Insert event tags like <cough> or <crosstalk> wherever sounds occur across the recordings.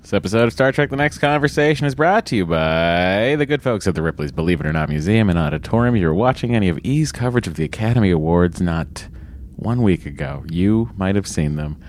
This episode of Star Trek The Next Conversation is brought to you by the good folks at the Ripley's Believe It or Not Museum and Auditorium. You're watching any of E's coverage of the Academy Awards not one week ago. You might have seen them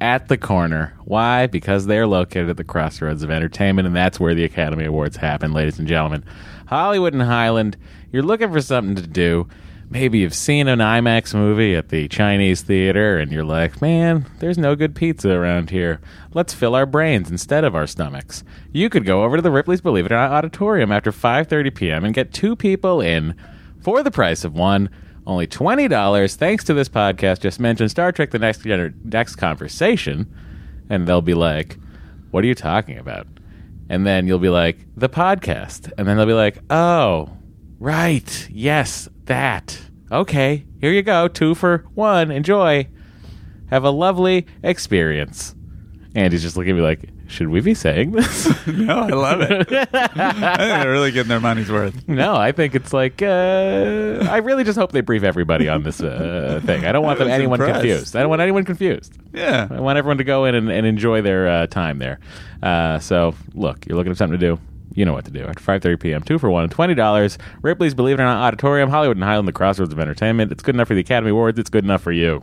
at the corner. Why? Because they are located at the crossroads of entertainment, and that's where the Academy Awards happen, ladies and gentlemen. Hollywood and Highland, you're looking for something to do. Maybe you've seen an IMAX movie at the Chinese theater, and you're like, man, there's no good pizza around here. Let's fill our brains instead of our stomachs. You could go over to the Ripley's Believe It or Not auditorium after 5:30 p.m. and get two people in for the price of one. Only $20 thanks to this podcast. Just mention Star Trek the next, Gener- next conversation, and they'll be like, What are you talking about? And then you'll be like, The podcast. And then they'll be like, Oh, right. Yes, that. Okay, here you go. Two for one. Enjoy. Have a lovely experience. Andy's just looking at me like, Should we be saying this? <laughs> <laughs> No, Oh, I love it. I think they're really getting their money's worth. No, I think it's like uh, I really just hope they brief everybody on this uh, thing. I don't want I them was anyone impressed. confused. I don't want anyone confused. I Yeah. want everyone to go in and, and enjoy their uh, time there. Uh, so look, you're looking for something to do. You know what to do after 5:30 p.m. Two for one, and twenty dollars. Ripley's Believe It or Not Auditorium, Hollywood and Highland, the crossroads of entertainment. It's good enough for the Academy Awards. It's good enough for you.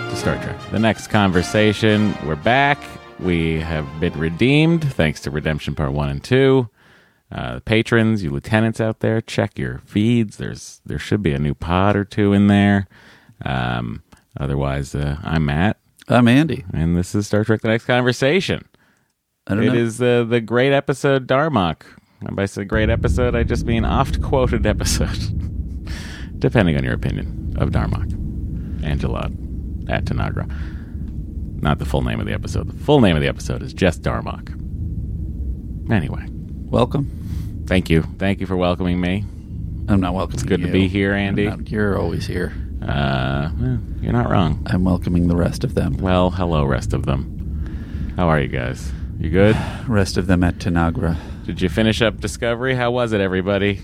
to Star Trek. The next conversation. We're back. We have been redeemed thanks to Redemption Part One and Two. Uh, patrons, you lieutenants out there, check your feeds. There's there should be a new pod or two in there. Um, otherwise, uh, I'm Matt, I'm Andy. and this is Star Trek: The Next Conversation. I don't It know. is uh, the great episode Darmok. And by say great episode, I just mean oft quoted episode, <laughs> depending on your opinion of Darmok. Angelot at Tanagra. Not the full name of the episode. The full name of the episode is just Darmok. Anyway, Welcome. thank you. Thank you for welcoming me. I'm not welcome. It's good to be here, Andy. you're always here. Uh, well, you're not wrong. I'm welcoming the rest of them. Well, hello, rest of them. How are you guys? You good? <sighs> Rest of them at Tanagra. Did you finish up Discovery? How was it, everybody?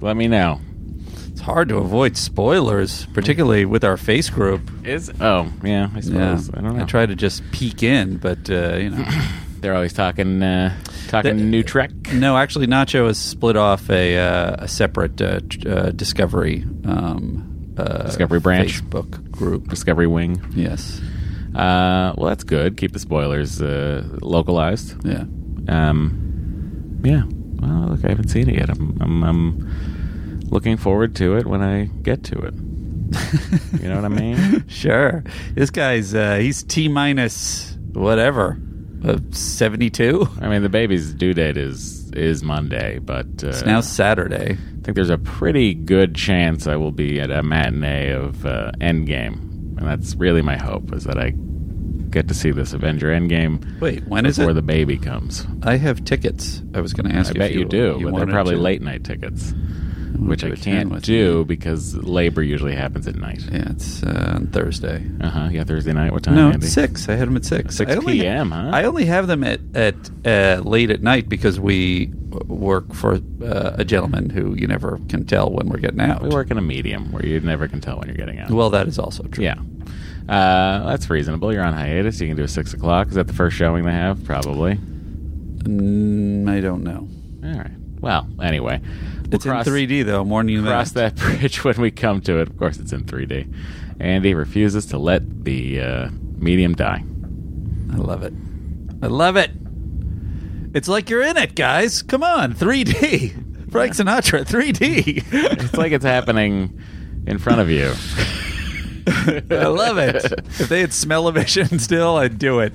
Let me know. It's hard to avoid spoilers, particularly with our face group. Is oh yeah, I suppose I don't know. I try to just peek in, but uh, you know. <clears throat> They're always talking uh, talking The- new Trek. No, actually, Nacho has split off a, uh, a separate uh, tr- uh, Discovery um, uh, Discovery branch. Facebook group. Discovery Wing. Yes, Uh, well, that's good. Keep the spoilers uh, localized. yeah. Um, yeah. Well, look, I haven't seen it yet. I'm, I'm I'm looking forward to it when I get to it. <laughs> You know what I mean? sure. This guy's uh, he's T minus whatever, uh, seventy two. I mean, the baby's due date is is Monday, but uh, It's now Saturday. I think there's a pretty good chance I will be at a matinee of uh, Endgame, and that's really my hope is that I get to see this Avenger Endgame Wait, when is before it? the baby comes. I have tickets. I was going to ask. I if bet you, do, but they're wanted probably to. late night tickets, wanted which to I attend can't with do because labor usually happens at night. Yeah, it's uh, on Thursday. Uh huh. Yeah, Thursday night. What time? No, Andy? six. I had them at six. 6 I only- p.m., huh? I only have them at at uh, late at night because we w- work for uh, a gentleman who you never can tell when we're getting out. We work in a medium where you never can tell when you're getting out. Well, that is also true. yeah. Uh, that's reasonable. You're on hiatus. You can do a six o'clock. Is that the first showing they have? Probably. Mm, I don't know. All right. Well, anyway, we'll It's cross- in 3D though. I'm warning you cross that. that <laughs> bridge when we come to it. Of course, it's in 3D. Andy refuses to let the uh, medium die. I love it. I love it. It's like you're in it, guys. Come on, 3D. Frank Sinatra, 3D. It's like it's happening in front of you. <laughs> I love <laughs> it. If they had smell-o-vision still, I'd do it.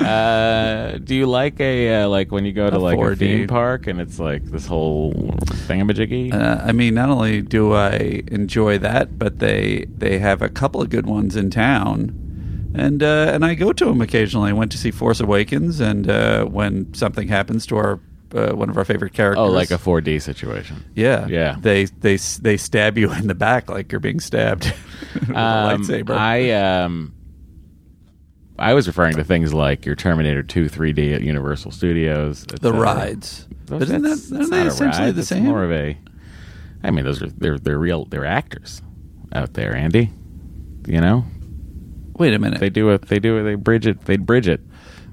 Uh, do you like a uh, like when you go to A like a 4D. theme park and it's like this whole thingamajiggy? Uh, I mean, not only do I enjoy that, but they they have a couple of good ones in town, and uh, and I go to them occasionally. I went to see Force Awakens, and uh, when something happens to our uh, one of our favorite characters, oh, like a 4D situation. yeah, Yeah. they they s- they stab you <laughs> in the back like you're being stabbed <laughs> with Um, a lightsaber. I um, I was referring to things like your Terminator 2 3D at Universal Studios. et the cetera. rides, Those- but isn't that that's- that's aren't they not a essentially ride, the that's same? More of a, I mean, those are they're they're real they're actors out there, Andy. You know, Wait a minute. they do it. They do it. They bridge it. They bridge it.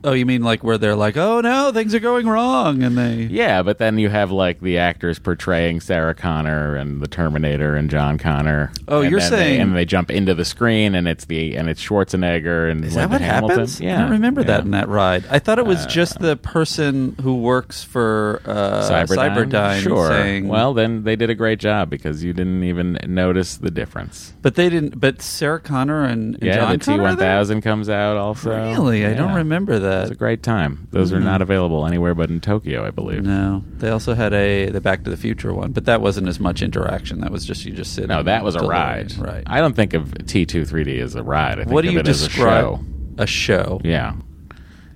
oh, you mean like where they're like, oh no, things are going wrong, and they Yeah, but then you have like the actors portraying Sarah Connor and the Terminator and John Connor. Oh, And you're then they- saying- and they jump into the screen and it's the and it's Schwarzenegger and Is that Linda what Hamilton. happens? Yeah, I don't remember yeah. Uh, that in that ride. I thought it was just the person who works for uh, Cyberdyne, Cyberdyne, sure. saying, Well, then they did a great job because you didn't even notice the difference. but they didn't. But Sarah Connor and, and yeah, John the T Connor are one there? thousand comes out also. Really, I don't Yeah. remember It was a that. Mm-hmm. great time. Those are not available anywhere but in Tokyo, I believe. No, No, they also had a the Back to the Future one, but that wasn't as much interaction. That was just you just sitting. that was a delivering, ride. right? I don't think of T two three D as a ride. I think what do of you it describe? as a show. A show. Yeah,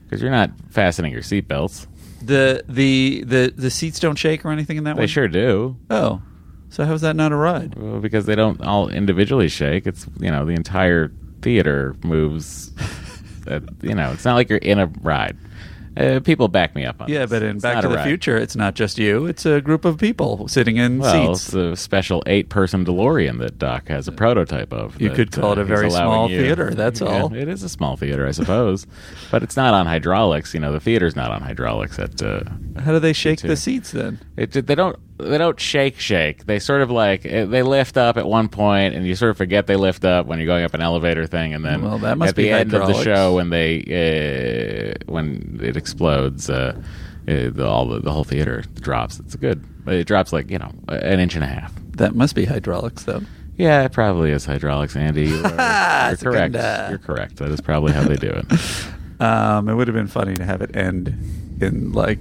because you're not fastening your seatbelts. The the the the seats don't shake or anything in that They one. sure do, Oh, so how's that not a ride? well, because they don't all individually shake. It's you know the entire theater <laughs> moves. That you know, it's not like you're in a ride. Uh, people back me up on Yeah, this. but in It's Back not to a the ride. Future, it's not just you; it's a group of people sitting in Well, seats. it's a special eight-person DeLorean that Doc has a prototype of. You that, uh, could call it a he's very allowing small theater, that's Yeah, all. It is a small theater, I suppose, <laughs> but it's not on hydraulics. You know, the theater's not on hydraulics at uh, How do they shake too. the seats then? It, they don't they don't shake shake. They sort of like eh, they lift up at one point, and you sort of forget they lift up when you're going up an elevator thing, and then Well, that must at the be end of the hydraulics. show when they uh, when it explodes, uh, eh, the, all the, the whole theater drops. It's good. It drops like you know an inch and a half. That must be hydraulics, though. Yeah, it probably is hydraulics, Andy. <laughs> You are- You're, It's a good, correct. uh, You're correct. That is probably how they do it. Um, it would have been funny to have it end in like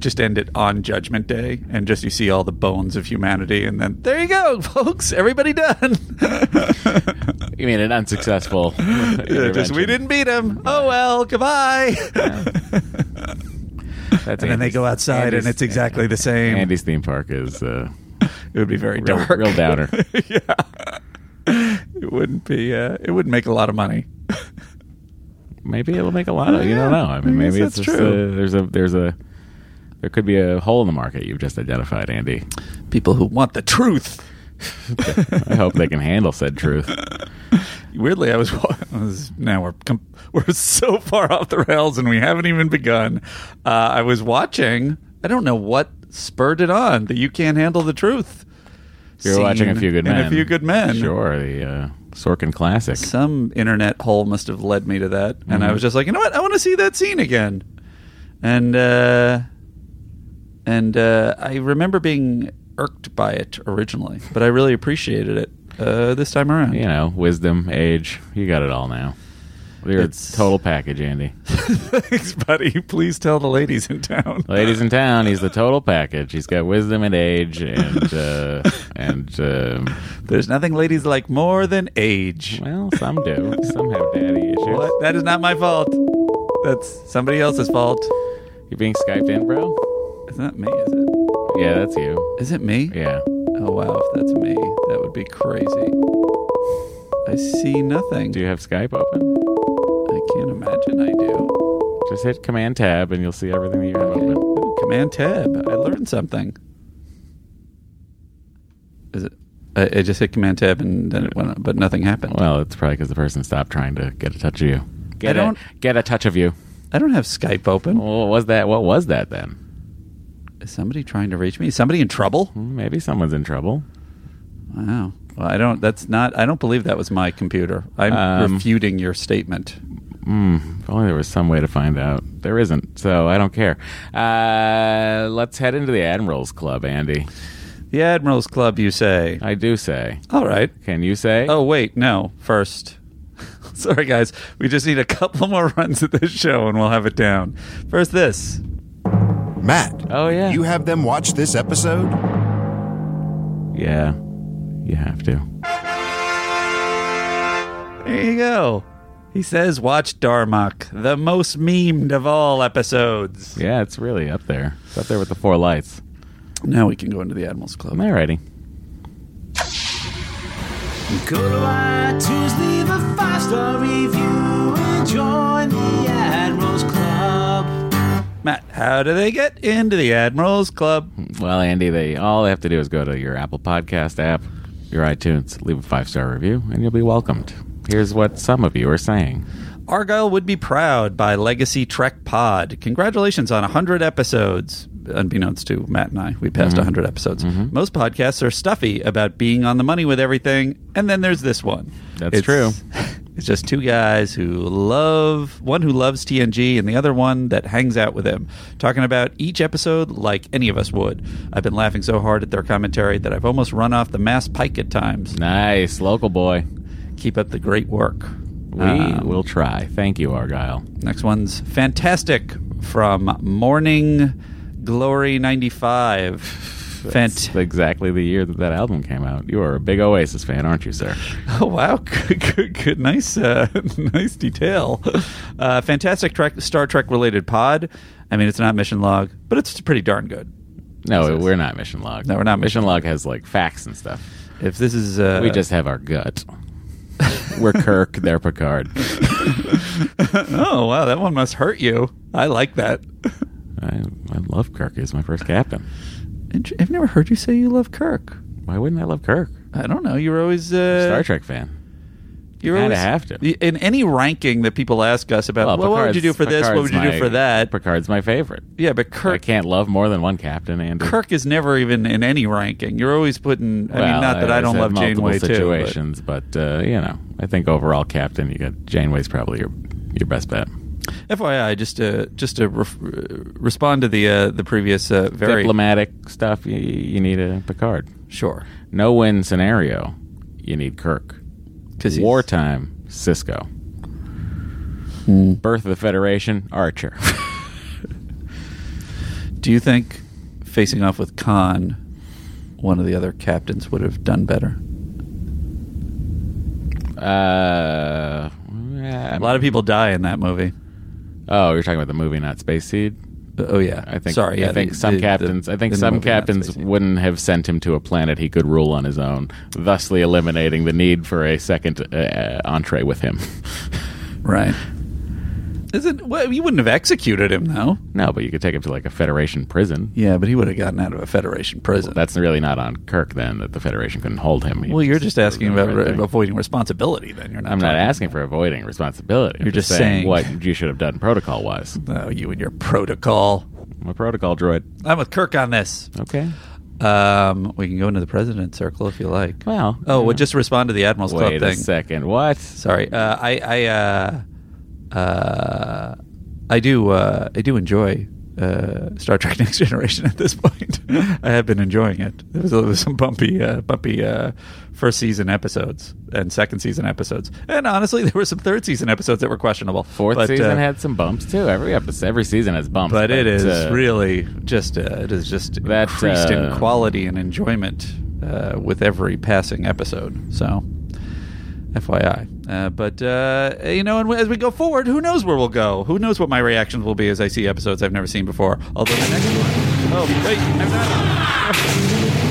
just end it on Judgment Day, and just you see all the bones of humanity, and then <laughs> there you go, folks, everybody done. You mean an unsuccessful? <laughs> Yeah, just we intervention. didn't beat him. Oh well, goodbye. <laughs> That's and then they Andy's- go outside, Andy's- and it's exactly the same. Andy's theme park is. Uh, <laughs> It would be very Real- dark. real downer. <laughs> yeah. It wouldn't be. Uh, it wouldn't make a lot of money. <laughs> maybe it'll make a lot of you don't know. I mean, Yeah, I guess maybe it's that's just uh true. there's a there's a there could be a hole in the market you've just identified, Andy. People who want the truth. I hope they can handle <laughs> said truth. Weirdly, I was, wa- <laughs> I was now we're com- we're <laughs> so far off the rails, and we haven't even begun. Uh, I was watching. I don't know what spurred it on that you can't handle the truth. You're watching a scene few good in men. A few good men. Sure, the uh, Sorkin classic. Some internet hole must have led me to that, and I was just like, you know what? I want to see that scene again. And uh, and uh, I remember being irked by it originally, but I really appreciated it uh, this time around. You know, wisdom, age, you got it all now. You're It's- a total package, Andy. <laughs> Thanks, buddy. Please tell the ladies in town. Ladies in town, he's the total package. He's got wisdom and age and uh, and um There's nothing ladies like more than age. well, some do. Some have daddy issues. What? That is not my fault. That's somebody else's fault. You being Skyped in, bro? It's not me, is it? Yeah, that's you. Is it me? Yeah. Oh wow, if that's me, that would be crazy. I see nothing. Do you have Skype open? I can't imagine I do. Just hit Command Tab and you'll see everything that you have Okay. open. Ooh, Command tab. I learned something. Is it? I, I just hit Command tab and then it went, up, but nothing happened. Well, it's probably because the person stopped trying to get a touch of you. Get I don't- a, get a touch of you. I don't have Skype open. What was that? What was that then? Is somebody trying to reach me? Is somebody in trouble? Hmm, Maybe someone's in trouble. Wow. Well, I don't. That's not. I don't believe that was my computer. I'm Um, refuting your statement. Mm, if only there was some way to find out. There isn't, so I don't care. Uh, let's head into the Admirals Club, Andy. The Admiral's Club, you say? I do say. All right. Can you say? Oh, wait, no. First. <laughs> Sorry, guys. We just need a couple more <laughs> runs at this show and we'll have it down. First, this. Matt, Oh, yeah. you have them watch this episode? yeah. You have to. There you go. He says, Watch Darmok, the most memed of all episodes. Yeah, it's really up there. It's up there with the four lights. Now we can go into the Admiral's Club. Alrighty. Go to iTunes, leave a five star review, and join the Admirals Club. Matt, how do they get into the Admiral's Club? Well, Andy, they all they have to do is go to your Apple Podcast app, your iTunes, leave a five star review, and you'll be welcomed. Here's what some of you are saying. Argyle Would Be Proud by Legacy Trek Pod. Congratulations on 100 episodes. Unbeknownst to Matt and I, we passed Mm-hmm. 100 episodes. Mm-hmm. Most podcasts are stuffy about being on the money with everything, and then there's this one. That's true. <laughs> It's just two guys who love one who loves TNG and the other one that hangs out with him, talking about each episode like any of us would. I've been laughing so hard at their commentary that I've almost run off the mass pike at times. Nice, local boy. Keep up the great work. We Um, will try. Thank you, Argyle. Next one's fantastic from Morning Glory 95. It's Fant- exactly the year that that album came out. You are a big Oasis fan, aren't you, sir? <laughs> oh wow, good, good, good. nice, uh, <laughs> nice detail. Uh, fantastic Trek, Star Trek related pod. I mean, it's not mission log, but it's pretty darn good. No, we're not Mission Log. No, we're not Mission Mission Log has like facts and stuff. If this is, uh, we just have our gut. we're Kirk, <laughs> they're Picard. <laughs> oh wow, that one must hurt you. I like that. I, I love Kirk. He was my first captain. Int- I've never heard you say you love Kirk. Why wouldn't I love Kirk? I don't know. You were always uh, Star Trek fan. You Kinda always have to. Y- In any ranking that people ask us about, well, what would you do Picard's- for this? What would Picard's you do my- for that? Picard's my favorite. Yeah, but I Kirk can't love more than one captain, Andy. Kirk is never even in any ranking. You're always putting. I mean, Well, not that I, always don't had love multiple Janeway too. situations, but, uh, you know, I think overall captain, you got Janeway's probably your your best bet. But FYI, just to just to ref- uh, respond to the uh, the previous uh, very Diplomatic stuff, you, you need a Picard. sure No win scenario, you need Kirk. because Wartime, Cisco. Birth of the Federation, Archer. <laughs> Do you think facing off with Khan, one of the other captains would have done better? uh, A lot of people die in that movie. oh, you're talking about the movie, not Space Seed. Oh yeah, I think. Sorry, yeah, I think the- some the- the- captains. I think in the some movie, not captains Space Jam. wouldn't have sent him to a planet he could rule on his own, thusly eliminating the need for a second uh, entree with him. <laughs> right? Isn't well, you wouldn't have executed him though. no, but you could take him to like a Federation prison. Yeah, but he would have gotten out of a Federation prison. That's really not on Kirk then that the Federation couldn't hold him. He well, you're just asking about Right re- there. avoiding responsibility. Then you're not. I'm not talking- asking for avoiding responsibility. I'm You're just saying- what you should have done protocol wise. Oh, you and your protocol. I'm a protocol droid. <laughs> I'm with Kirk on this. Okay. Um, we can go into the president's circle if you like. Well. oh, well, just respond to the Admiral's Club wait a thing. second. What? Sorry, uh, I, I, uh, uh, I do, uh, I do enjoy uh, Star Trek: <laughs> Next Generation at this point. <laughs> I have been enjoying it. It was, it was some bumpy, uh, bumpy uh, first season episodes and second season episodes, and honestly, there were some third season episodes that were questionable. Fourth But, season uh, had some bumps too. Every episode, every season has bumps. but it is uh, really just uh, it is just That, increased uh, in quality and enjoyment uh, with every passing episode. So, FYI. Uh, but uh, you know, and as we go forward, who knows where we'll go? Who knows what my reactions will be as I see episodes I've never seen before? Although the next one. Oh wait, I'm not.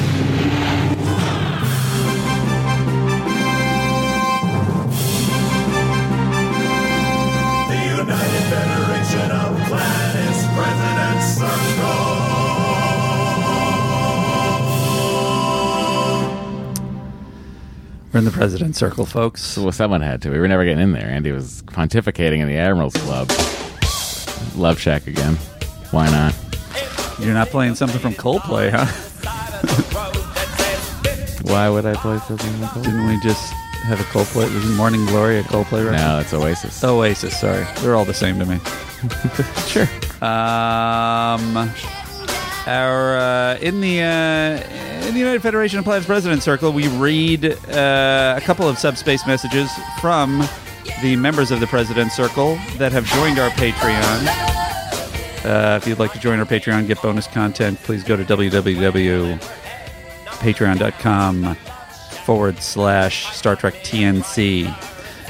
The United Federation of Planets President Circle. We're in the president's circle, folks. Well, someone had to. We were never getting in there. Andy was pontificating in the Admiral's Club. Love Shack again. Why not? You're not playing something from Coldplay, huh? <laughs> Why would I play something like that? Didn't we just have a Coldplay? Was Morning Glory a Coldplay Oh, record? No, it's Oasis. Oasis, sorry. They're all the same to me. sure. Um, our uh, in the uh, in the United Federation of Planets President Circle, we read uh, a couple of subspace messages from the members of the President Circle that have joined our Patreon. Uh, if you'd like to join our Patreon, get bonus content, please go to www.patreon.com forward slash Star Trek TNC.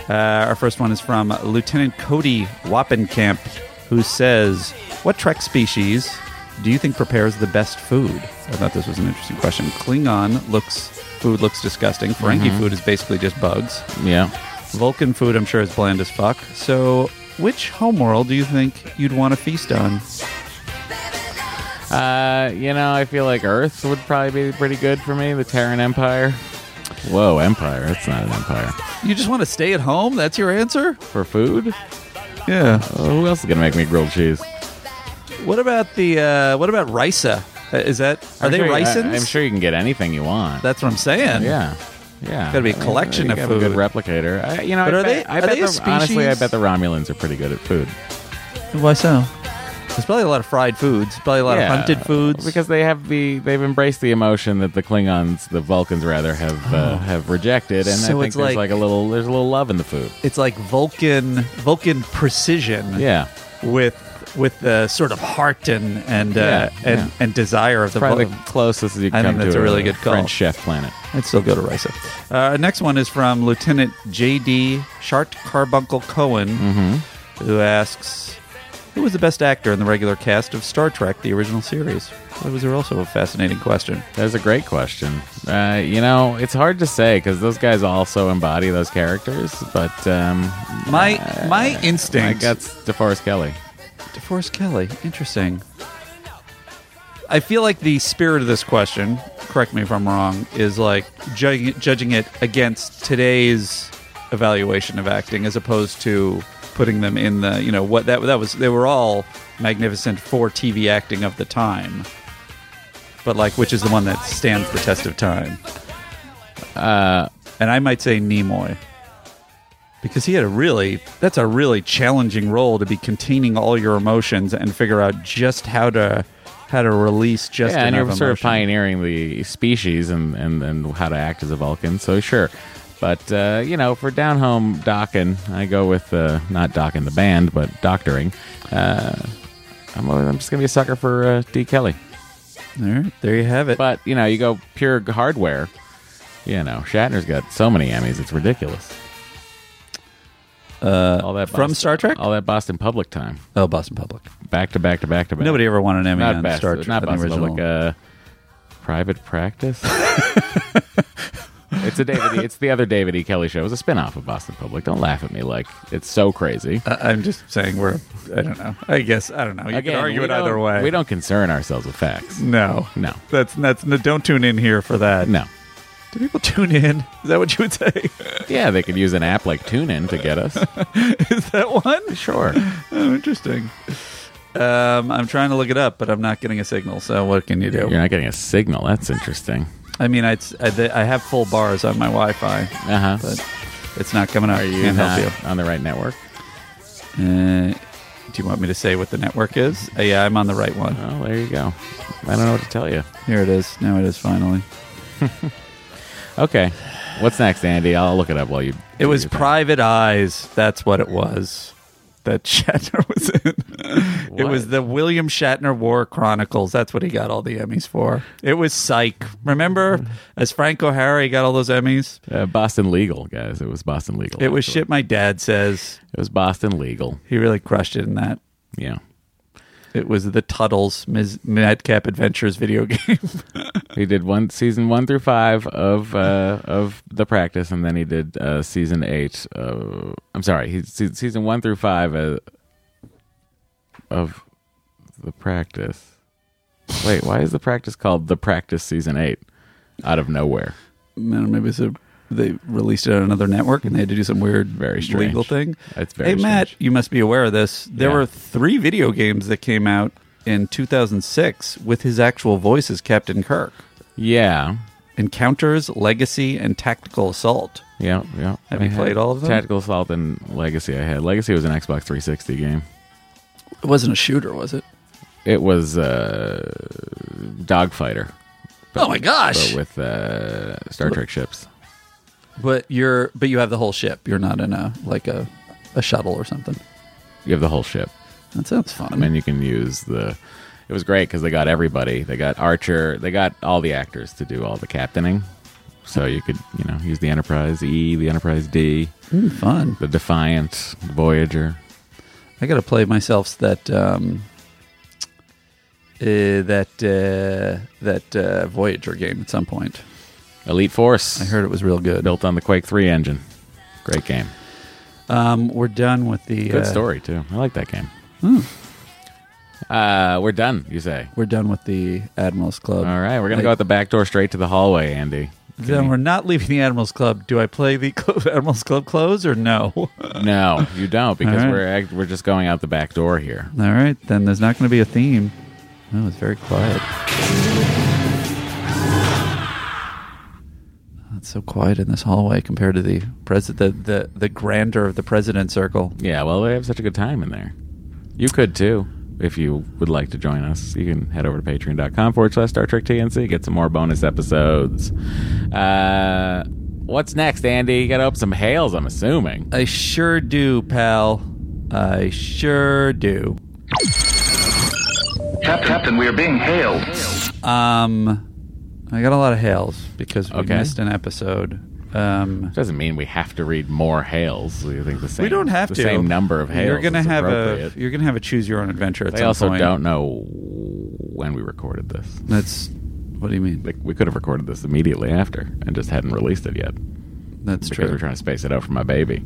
Uh, our first one is from Lieutenant Cody Wappenkamp, who says, What Trek species do you think prepares the best food? I thought this was an interesting question. Klingon looks food looks disgusting. Ferengi food is basically just bugs. Yeah. Vulcan food, I'm sure, is bland as fuck. So, which homeworld do you think you'd want to feast on? <laughs> Uh, you know, I feel like Earth would probably be pretty good for me. The Terran Empire. Whoa, Empire. That's not an empire. You just want to stay at home? That's your answer? For food? Yeah. Oh, who else is going to make me grilled cheese? What about the uh, what about Risa? Uh, Is that are I'm they sure you- I- ricins? I'm sure you can get anything you want. That's what I'm saying. yeah. Yeah. Gotta be a I mean, collection you of have a good food. replicator. I, you know, But I are bet- they- I are bet they a the- honestly, I species? bet the Romulans are pretty good at food. Why so? There's probably a lot of fried foods. Probably a lot Yeah, of hunted foods. because they have the they've embraced the emotion that the Klingons, the Vulcans rather, have uh, have rejected, and I Oh. So think it's there's like- like a little there's a little love in the food. it's like Vulcan Vulcan precision. Yeah. With with the sort of heart and and uh, Yeah, and, yeah. and desire of the Probably Vulcan. the closest you I can think come that's to a really good call. French chef planet. I'd still go to Risa. Uh, our next one is from Lieutenant J.D. Shart Carbuncle Cohen, who asks, "Who was the best actor in the regular cast of Star Trek: The Original Series?" That was also a fascinating question. That's a great question. Uh, you know, it's hard to say because those guys also embody those characters, but um, My my I instinct, guess DeForest Kelly. DeForest Kelly. Interesting. I feel like the spirit of this question, correct me if I'm wrong, is like judging it, judging it against today's evaluation of acting, as opposed to putting them in the you know what that that was. They were all magnificent for TV acting of the time, but like which is the one that stands the test of time? Uh, and I might say Nimoy. Because he had a really, that's a really challenging role to be containing all your emotions and figure out just how to, how to release just yeah, and you're enough sort of emotion. pioneering the species and, and, and how to act as a Vulcan, so sure. But, uh, you know, for down home docking, I go with uh, not docking the band, but doctoring. Uh, I'm, I'm just going to be a sucker for uh, D. Kelly. All right, there you have it. But, you know, you go pure hardware. You know, Shatner's got so many Emmys, it's ridiculous. Uh, all that from Star Trek? all that Boston Public time, oh, Boston Public. back to back to back to back. Nobody ever won an Emmy not on Boston, Star Trek. not on the Boston Public, original. uh, <laughs> private practice. it's a David. E- It's the other David E. Kelly show. It was a spin-off of Boston Public. Don't laugh at me like it's so crazy. I- I'm just saying we're. I don't know. Oh, I guess I don't know. You Again, can argue we it either don't- way. We don't concern ourselves with facts. No, No. That's that's. No, don't tune in here for that. No. Do people tune in? Is that what you would say? <laughs> Yeah, they could use an app like TuneIn to get us. Is that one? Sure. Oh, interesting. Um, I'm trying to look it up, but I'm not getting a signal. So what can you do? You're not getting a signal. That's interesting. I mean, I'd, I I have full bars on my Wi-Fi, Uh huh. but it's not coming up. Are you Can't not help you. on the right network? Uh, do you want me to say what the network is? Uh, yeah, I'm on the right one. Well, there you go. I don't know what to tell you. Here it is. Now it is <laughs> finally. Okay. What's next, Andy? I'll look it up while you. It do was your thing. Private Eyes. That's what it was. <laughs> That Shatner was in. It was What? the William Shatner War Chronicles. That's what he got all the Emmys for. It was Psych. Remember, as Frank O'Hara, he got all those Emmys. Uh, Boston Legal, guys. It was Boston Legal. It was actually. shit. My dad says It was Boston Legal. he really crushed it in that. Yeah. It was the Tuttles Ms. Madcap Adventures video <laughs> game. He did one season one through five of uh, of the practice, and then he did uh, season eight. Uh, I'm sorry, he se- season one through five uh, of the practice. Wait, why is the practice called the practice season eight? Out of nowhere, Man, maybe it's a, they released it on another network and they had to do some weird, Very strange. legal thing. It's very hey, Matt, strange. you must be aware of this. There Yeah. were three video games that came out in 2006 with his actual voice as Captain Kirk: yeah, Encounters, Legacy, and Tactical Assault. yeah, yeah. Have you I had played all of them? Tactical Assault and Legacy. I had Legacy was an Xbox 360 game. It wasn't a shooter, was it? It was uh, Dogfighter. but- Oh my gosh. But with uh, Star Trek ships. But you're but you have the whole ship. You're not in a like a a shuttle or something. You have the whole ship. That sounds fun. and then you can use the. It was great because they got everybody. They got Archer. They got all the actors to do all the captaining. So you could, you know, use the Enterprise E, the Enterprise D, Mm, fun. the Defiant, the Voyager. I gotta play myself that um uh, that uh, that uh, Voyager game at some point. Elite Force. I heard it was real good. Built on the Quake 3 engine. Great game. Um, we're done with the Good uh, story, too. I like that game. Hmm. Uh, we're done, you say. We're done with the Admirals Club. All right, we're going to go Like- out the back door straight to the hallway, Andy. Then we're not leaving the Admirals Club. Do I play the <laughs> cl- Admirals Club close or no? All No, you don't, because All right. we're act- we're just going out the back door here. right, then there's not going to be a theme. That was very quiet. It's so quiet in this hallway compared to the president, the, the the grandeur of the president circle. Yeah, well, we have such a good time in there. You could too, if you would like to join us. You can head over to patreon.com forward slash Star Trek TNC, get some more bonus episodes. Uh, what's next, Andy? You got to open some hails, I'm assuming. I sure do, pal. I sure do. Cap- Captain, we are being hailed. Um, I got a lot of hails because we Okay. missed an episode. Um, Doesn't mean we have to read more hails. We think the same. we don't have the to. same number of hails. You're gonna is have a appropriate. you're gonna have a choose your own adventure. At They some also point. don't know when we recorded this. That's what do you mean? Like we could have recorded this immediately after and just hadn't released it yet That's because true. we're trying to space it out for my baby.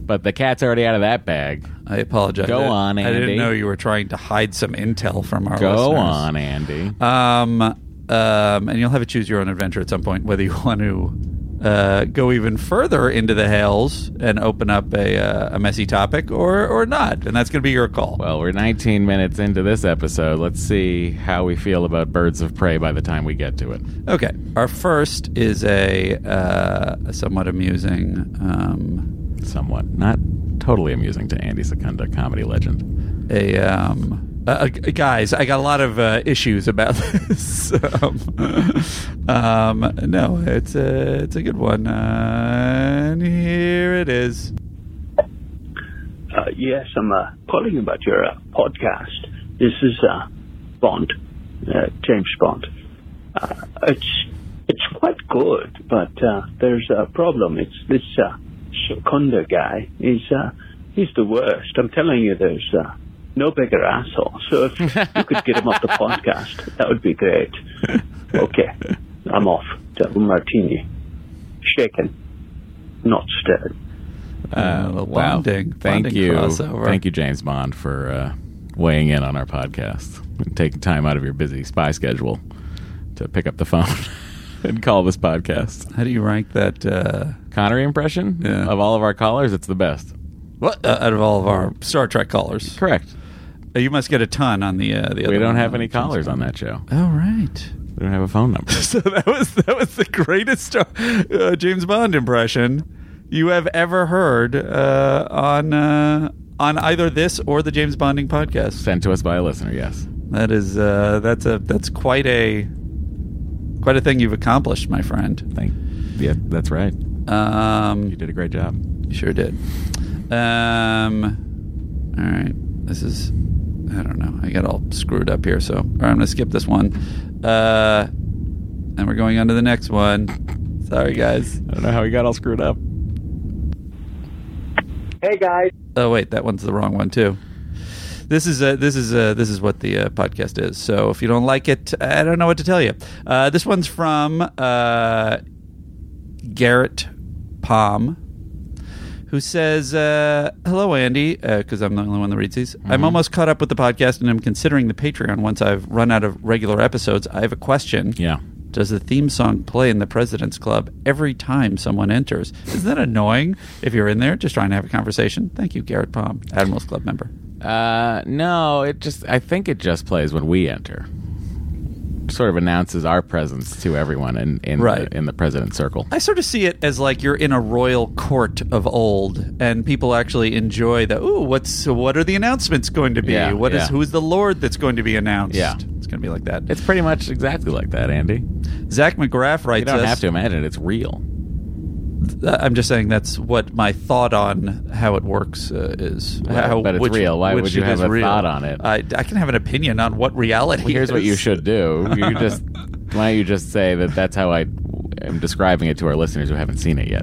But the cat's already out of that bag. I apologize. Go I- on, I Andy. didn't know you were trying to hide some intel from our. Go listeners. on, Andy. Um, um, and you'll have a choose your own adventure at some point, whether you <laughs> want to uh, go even further into the hails and open up a, uh, a messy topic or, or not. And that's going to be your call. Well, we're 19 minutes into this episode. Let's see how we feel about Birds of Prey by the time we get to it. Okay. Our first is a, uh, a somewhat amusing. Um, Somewhat. Not Uh, totally amusing to Andy Secunda, comedy legend. a um, uh, guys, I got a lot of uh, issues about <laughs> this. um, um, no, it's a it's a good one, uh, and here it is. Uh, yes, I'm uh, calling about your uh, podcast. This is uh, Bond, uh, James Bond. Uh, it's it's quite good, but uh, there's a problem. It's this uh, Secunda guy. He's uh, he's the worst. I'm telling you, there's uh, no bigger asshole. So if you could get him off the podcast, that would be great. Okay, I'm off. Double martini, shaken, not stirred. Uh, well, bonding. Thank Bonding you. crossover. Thank you, James Bond, for uh, weighing in on our podcast and taking time out of your busy spy schedule to pick up the phone <laughs> and call this podcast. How do you rank that? Uh, Connery impression Yeah. of all of our callers, it's the best. what uh, out of all of our Star Trek callers? Correct. Uh, You must get a ton on the uh, the. We other don't one, have uh, any James callers on Bond. that show. Oh right. We don't have a phone number. <laughs> So that was that <laughs> was the greatest Star- uh, James Bond impression you have ever heard uh, on uh, on either this or the James Bonding podcast. Sent to us by a listener, yes. That is uh, that's a that's quite a quite a thing you've accomplished, my friend. Thank. Yeah, that's right. Um, You did a great job. Sure did. Um, all right. This is, I don't know. I got all screwed up here, so all right, I'm going to skip this one. Uh, and we're going on to the next one. Sorry, guys. I don't know how he got all screwed up. Oh wait, that one's the wrong one too. This is uh, this is uh, this is what the uh, podcast is. So if you don't like it, I don't know what to tell you. Uh, this one's from uh, Garrett Palm, who says, uh, "Hello, Andy," because I'm the only one that reads these. I'm almost caught up with the podcast, and I'm considering the Patreon once I've run out of regular episodes. I have a question. Yeah. Does the theme song play in the President's Club every time someone enters? Isn't that annoying if you're in there just trying to have a conversation? Thank you, Garrett Palm, Admirals Club member. Uh, no, it just. I think it just plays when we enter. sort of announces our presence to everyone in in, Right. the, in the president's circle. I sort of see it as like you're in a royal court of old, and people actually enjoy the ooh, what's what are the announcements going to be? What is Yeah, yeah. who's the lord that's going to be announced? Yeah. it's going to be like that. It's pretty much exactly like that, Andy. Zach McGrath writes You don't us. have to imagine it; it's real. Uh, I'm just saying that's what my thought on how it works uh, is. how, but it's real. Why which would you it have is a real. thought on it? I, I can have an opinion on what reality Well, here's what you is. should do. <laughs> You just why don't you just say that that's how I am describing it to our listeners who haven't seen it yet.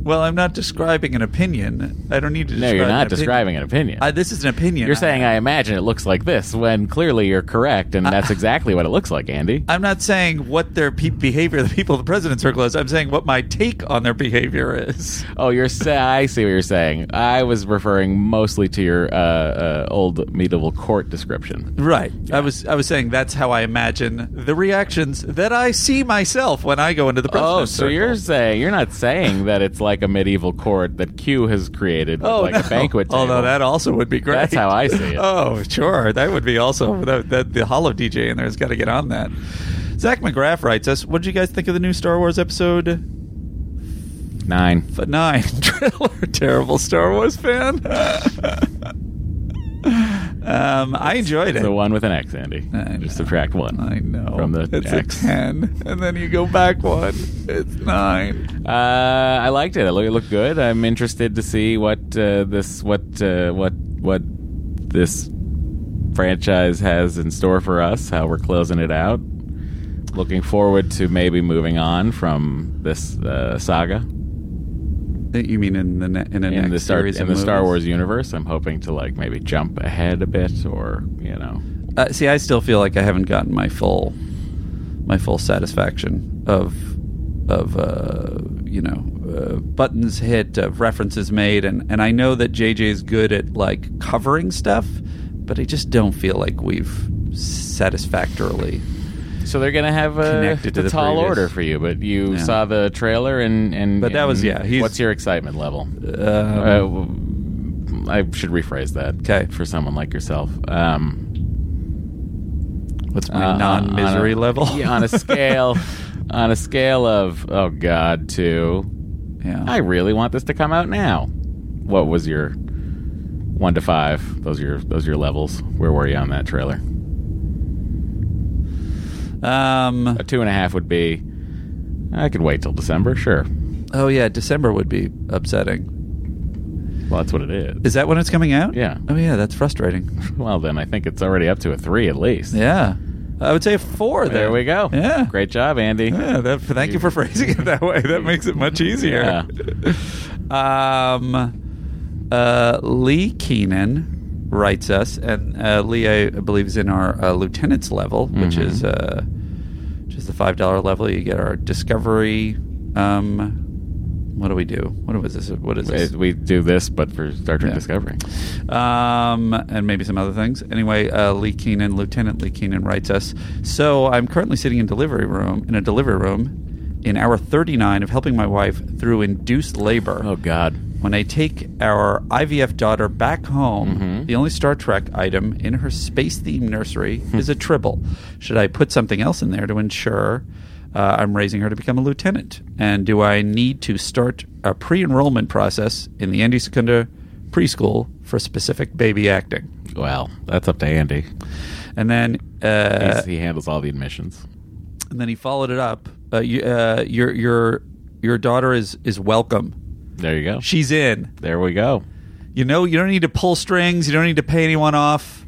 Well, I'm not describing an opinion. I don't need to No, describe you're an not opinion. describing an opinion. I, this is an opinion. you're saying I imagine it looks like this when clearly you're correct and that's exactly what it looks like, Andy. I'm not saying what their pe- behavior, the people <laughs> of the president's circle is. I'm saying what my take on their behavior is. Oh, you're say I see what you're saying. I was referring mostly to your uh, uh, old medieval court description. Right. I was I was saying that's how I imagine the reactions that I see myself when I go into the president's Oh, so circle. you're saying you're not saying that it's like a medieval court that Q has created, with, Oh, like no. a banquet <laughs> table. Although that also would be great. That's how I see it. Oh, sure. That would be also that, that the hollow DJ in there has got to get on that. Zach McGrath writes us, "What did you guys think of the new Star Wars episode nine. f- nine <laughs> trailer? Terrible Star Wars fan. <laughs> um, I enjoyed it. The one with an X, Andy. I know. Just subtract one. I know From the it's X. a ten, and then you go back one. It's nine. Uh, I liked it. It loo- it looked good. I'm interested to see what uh, this what uh, what what this franchise has in store for us. How we're closing it out. Looking forward to maybe moving on from this uh, saga Uh, You mean in the ne- in, the in next the Star series in of the Star movies? Wars universe. I'm hoping to like maybe jump ahead a bit, or you know, Uh, see, I still feel like I haven't gotten my full, my full satisfaction of, of uh, you know, uh, buttons hit, of references made, and and I know that JJ is good at like covering stuff, but I just don't feel like we've satisfactorily. So they're gonna have a, Connected to it's a the tall previous. order for you, but you Yeah. saw the trailer and and But that was- and yeah, he's- what's your excitement level? Um, Uh, w- I should rephrase that. 'Kay. for someone like yourself, um, what's my uh, non misery on a- level? yeah, <laughs> on a scale, on a scale of oh god to yeah. I really want this to come out now. What was your one to five? Those are your those are your levels. Where were you on that trailer? um. A two and a half would be. I could wait till December. Sure. Oh yeah, December would be upsetting. Well, that's what it is. Is that when it's coming out? Yeah. Oh yeah, that's frustrating. <laughs> Well, then I think it's already up to a three at least. Yeah. I would say a four. There then. we go. Yeah. Great job, Andy. Yeah, that, thank you for phrasing it that way. That makes it much easier. <laughs> Um, uh, Lee Keenan writes us, and uh, Lee, I believe, is in our uh, lieutenant's level, which Mhm. is uh, just the five dollar level. You get our discovery. Um, what do we do? What was this? What is this? It- we do this, but for Star Trek Yeah. Discovery. um, and maybe some other things. Anyway, uh, Lee Keenan, Lieutenant Lee Keenan, writes us. So I'm currently sitting in delivery room in a delivery room in hour 39 of helping my wife through induced labor. Oh God. When I take our IVF daughter back home, Mhm. the only Star Trek item in her space themed nursery is a tribble. Should I put something else in there to ensure uh, I'm raising her to become a lieutenant? And do I need to start a pre enrollment process in the Andy Secunda preschool for specific baby acting? Well, that's up to Andy. And then, uh, He's- he handles all the admissions. and then he followed it up. Uh, you, uh, your your your daughter is is welcome. There you go. She's in. There we go. You know, you don't need to pull strings. You don't need to pay anyone off.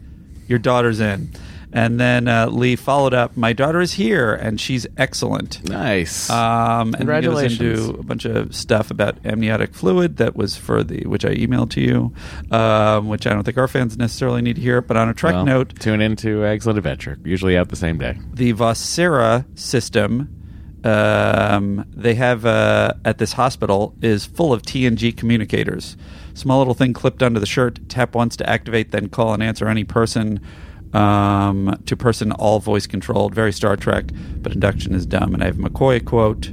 Your daughter's in. And then uh, Lee followed up. My daughter is here, and she's excellent. Nice. Um, and he goes Congratulations. into a bunch of stuff about amniotic fluid that was for the which I emailed to you, um, which I don't think our fans necessarily need to hear. But on a Trek Well, note, Tune into Excellent Adventure. Usually out the same day. the Vocera system um, they have uh, at this hospital is full of TNG communicators. Small little thing clipped onto the shirt. Tap once to activate, then call and answer any person um, to person, all voice controlled. Very Star Trek, but induction is dumb. And I have a McCoy quote.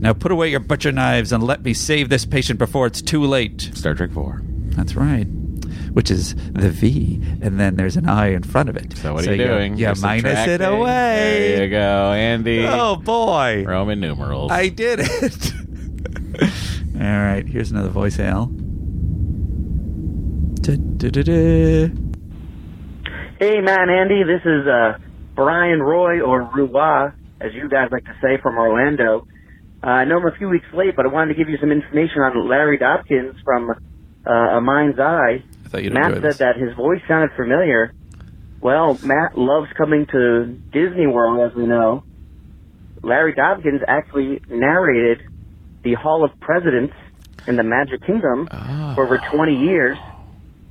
Now put away your butcher knives and let me save this patient before it's too late. Star Trek Four. That's right. which is the V, and then there's an I in front of it. So what are you doing? Yeah, You're minus it subtracting. There away. you go, Andy. Oh boy, Roman numerals. I did it. <laughs> All right, here's another voice, Al. Du-du-du-du. Hey, Matt and Andy, this is uh, Brian Roy, or Ruwa, as you guys like to say, from Orlando. Uh, I know I'm a few weeks late, but I wanted to give you some information on Larry Dopkins from uh, A Mind's Eye. I thought you'd Matt enjoy said this. that his voice sounded familiar. Well, Matt loves coming to Disney World, as we know. Larry Dopkins actually narrated the Hall of Presidents in the Magic Kingdom Ah. for over 20 years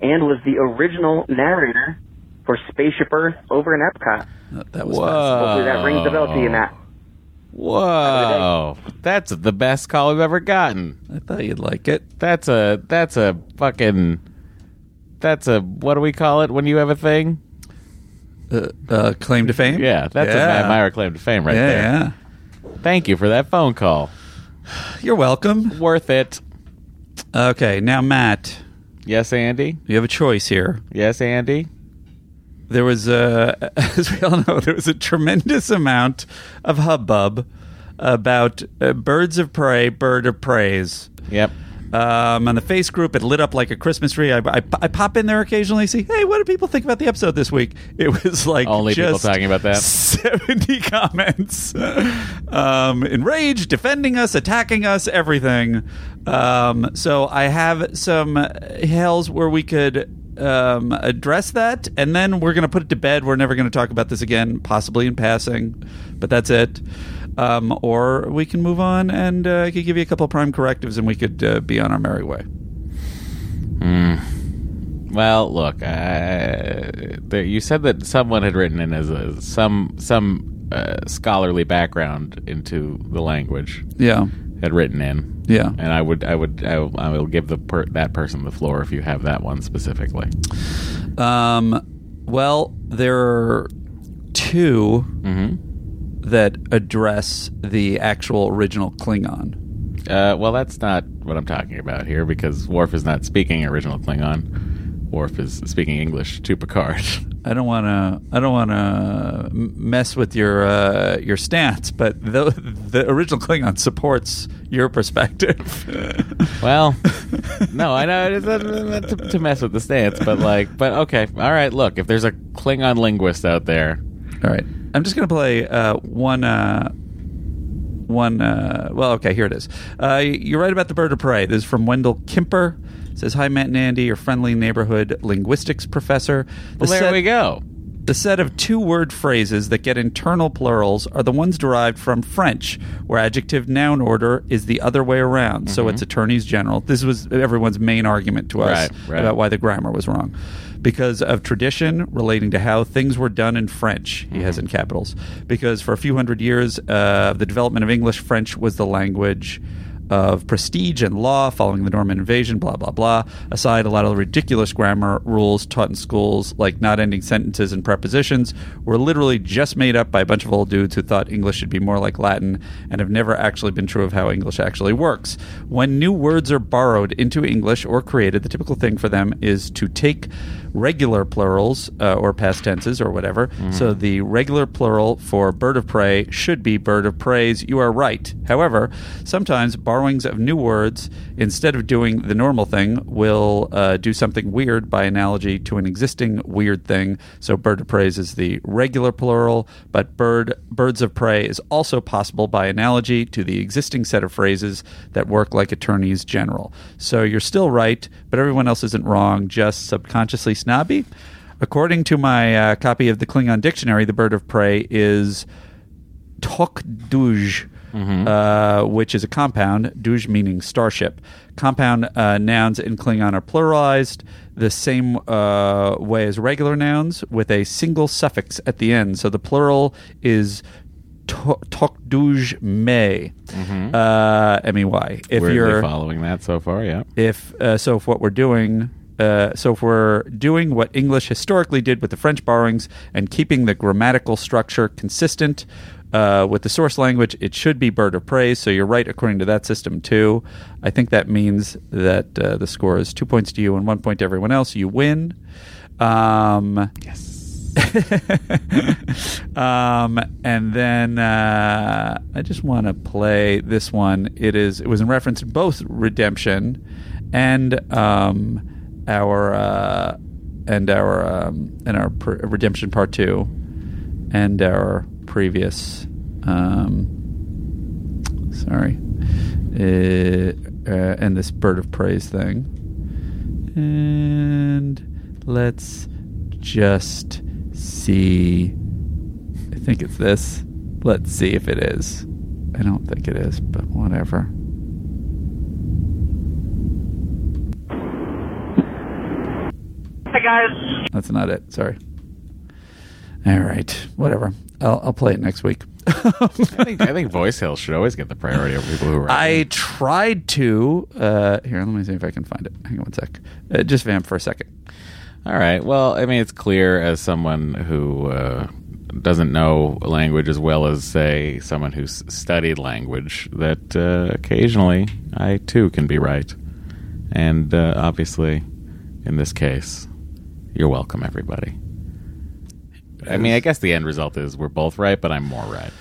and was the original narrator for Spaceship Earth over in Epcot. That- That was Whoa. Hopefully that rings a bell to you, Matt. Whoa, that's the best call we've ever gotten. fast. I thought you'd like it. That's a that's a fucking that's a what do we call it when you have a thing? Uh, uh, claim to fame? Yeah, that's a Matt Meyer claim to fame right yeah, there. Thank you for that phone call. yeah. You're welcome. Worth it. Okay, now Matt, Yes, Andy. you have a choice here. Yes, Andy. There was a, <laughs> as we all know, there was a tremendous amount of hubbub about uh, birds of prey, bird of praise. Yep. Um, on the face group, it lit up like a Christmas tree. I, I, I pop in there occasionally, see, hey, what do people think about the episode this week? It was like Only people just talking about <laughs> that. Seventy comments, um, enraged, defending us, attacking us, everything. Um, so I have some hells where we could. Um, address that, and then we're going to put it to bed. We're never going to talk about this again, possibly in passing, but that's it. Um, or we can move on, and uh, I could give you a couple prime correctives, and we could uh, be on our merry way. Mm. Well, look, I, there, you said that someone had written in as a, some some uh, scholarly background into the language Yeah, had written in, yeah. and I would I would I, will- I will give the per, that person the floor if you have that one specifically. Um, well, there are 2 Mm-hmm. that address the actual original Klingon. Uh, well, that's not what I'm talking about here because Worf is not speaking original Klingon. Worf is speaking English to Picard. <laughs> I don't want to. I don't want to mess with your uh, your stance, but the the original Klingon supports your perspective. <laughs> Well, no, I know it's not, not to, to mess with the stance, but like, but okay, all right. Look, if there's a Klingon linguist out there, All right. I'm just going to play uh, one. Uh, one. Uh, well, okay, here it is. Uh, you're right about the bird of prey. This is from Wendell Kimper. It says, Hi, Matt and Andy, your friendly neighborhood linguistics professor. The well, there set- we go. the set of two word phrases that get internal plurals are the ones derived from French, where adjective noun order is the other way around. So Mm-hmm. it's attorneys general. This was everyone's main argument to us Right, right. about why the grammar was wrong. Because of tradition relating to how things were done in French, he Mm-hmm. has in capitals. Because for a few hundred years uh, of the development of English, French was the language of prestige and law following the Norman invasion, blah, blah, blah. Aside, a lot of the ridiculous grammar rules taught in schools, like not ending sentences and prepositions, were literally just made up by a bunch of old dudes who thought English should be more like Latin and have never actually been true of how English actually works. When new words are borrowed into English or created, the typical thing for them is to take regular plurals uh, or past tenses or whatever. So the regular plural for bird of prey should be bird of praise. You are right. However, sometimes borrowings of new words, instead of doing the normal thing, will uh, do something weird by analogy to an existing weird thing. So bird of praise is the regular plural, but bird birds of prey is also possible by analogy to the existing set of phrases that work like attorneys general. So you're still right, but everyone else isn't wrong, just subconsciously snobby. According to my uh, copy of the Klingon dictionary, the bird of prey is Tok Duj, uh, which is a compound, Duj meaning starship. Compound uh, nouns in Klingon are pluralized the same uh, way as regular nouns with a single suffix at the end. So the plural is to- Tok Duj Me, uh, M E Y. If Weirdly you're following that so far, yeah. if uh, so if what we're doing Uh, so if we're doing what English historically did with the French borrowings and keeping the grammatical structure consistent uh, with the source language, it should be bird of prey. So you're right according to that system too. I think that means that uh, the score is two points to you and one point to everyone else. You win. Um, um, and then uh, I just want to play this one. It is it was in reference to both redemption and um, our uh, and our um, and our pr- redemption part two and our previous. Um, sorry, uh, uh, and this bird of praise thing. And let's just see. I think it's this. Let's see if it is. I don't think it is, but whatever. Hey guys. That's not it. Sorry. All right. Whatever. I'll, I'll play it next week. I think I think Voice Hill should always get the priority over people who are. I tried to. Uh, here, let me see if I can find it. Hang on one sec. Uh, just vamp for a second. All right. Well, I mean, it's clear as someone who uh, doesn't know language as well as, say, someone who's studied language, that uh, occasionally I too can be right. And uh, obviously, in this case, you're welcome, everybody. I mean, I guess the end result is we're both right, but I'm more right.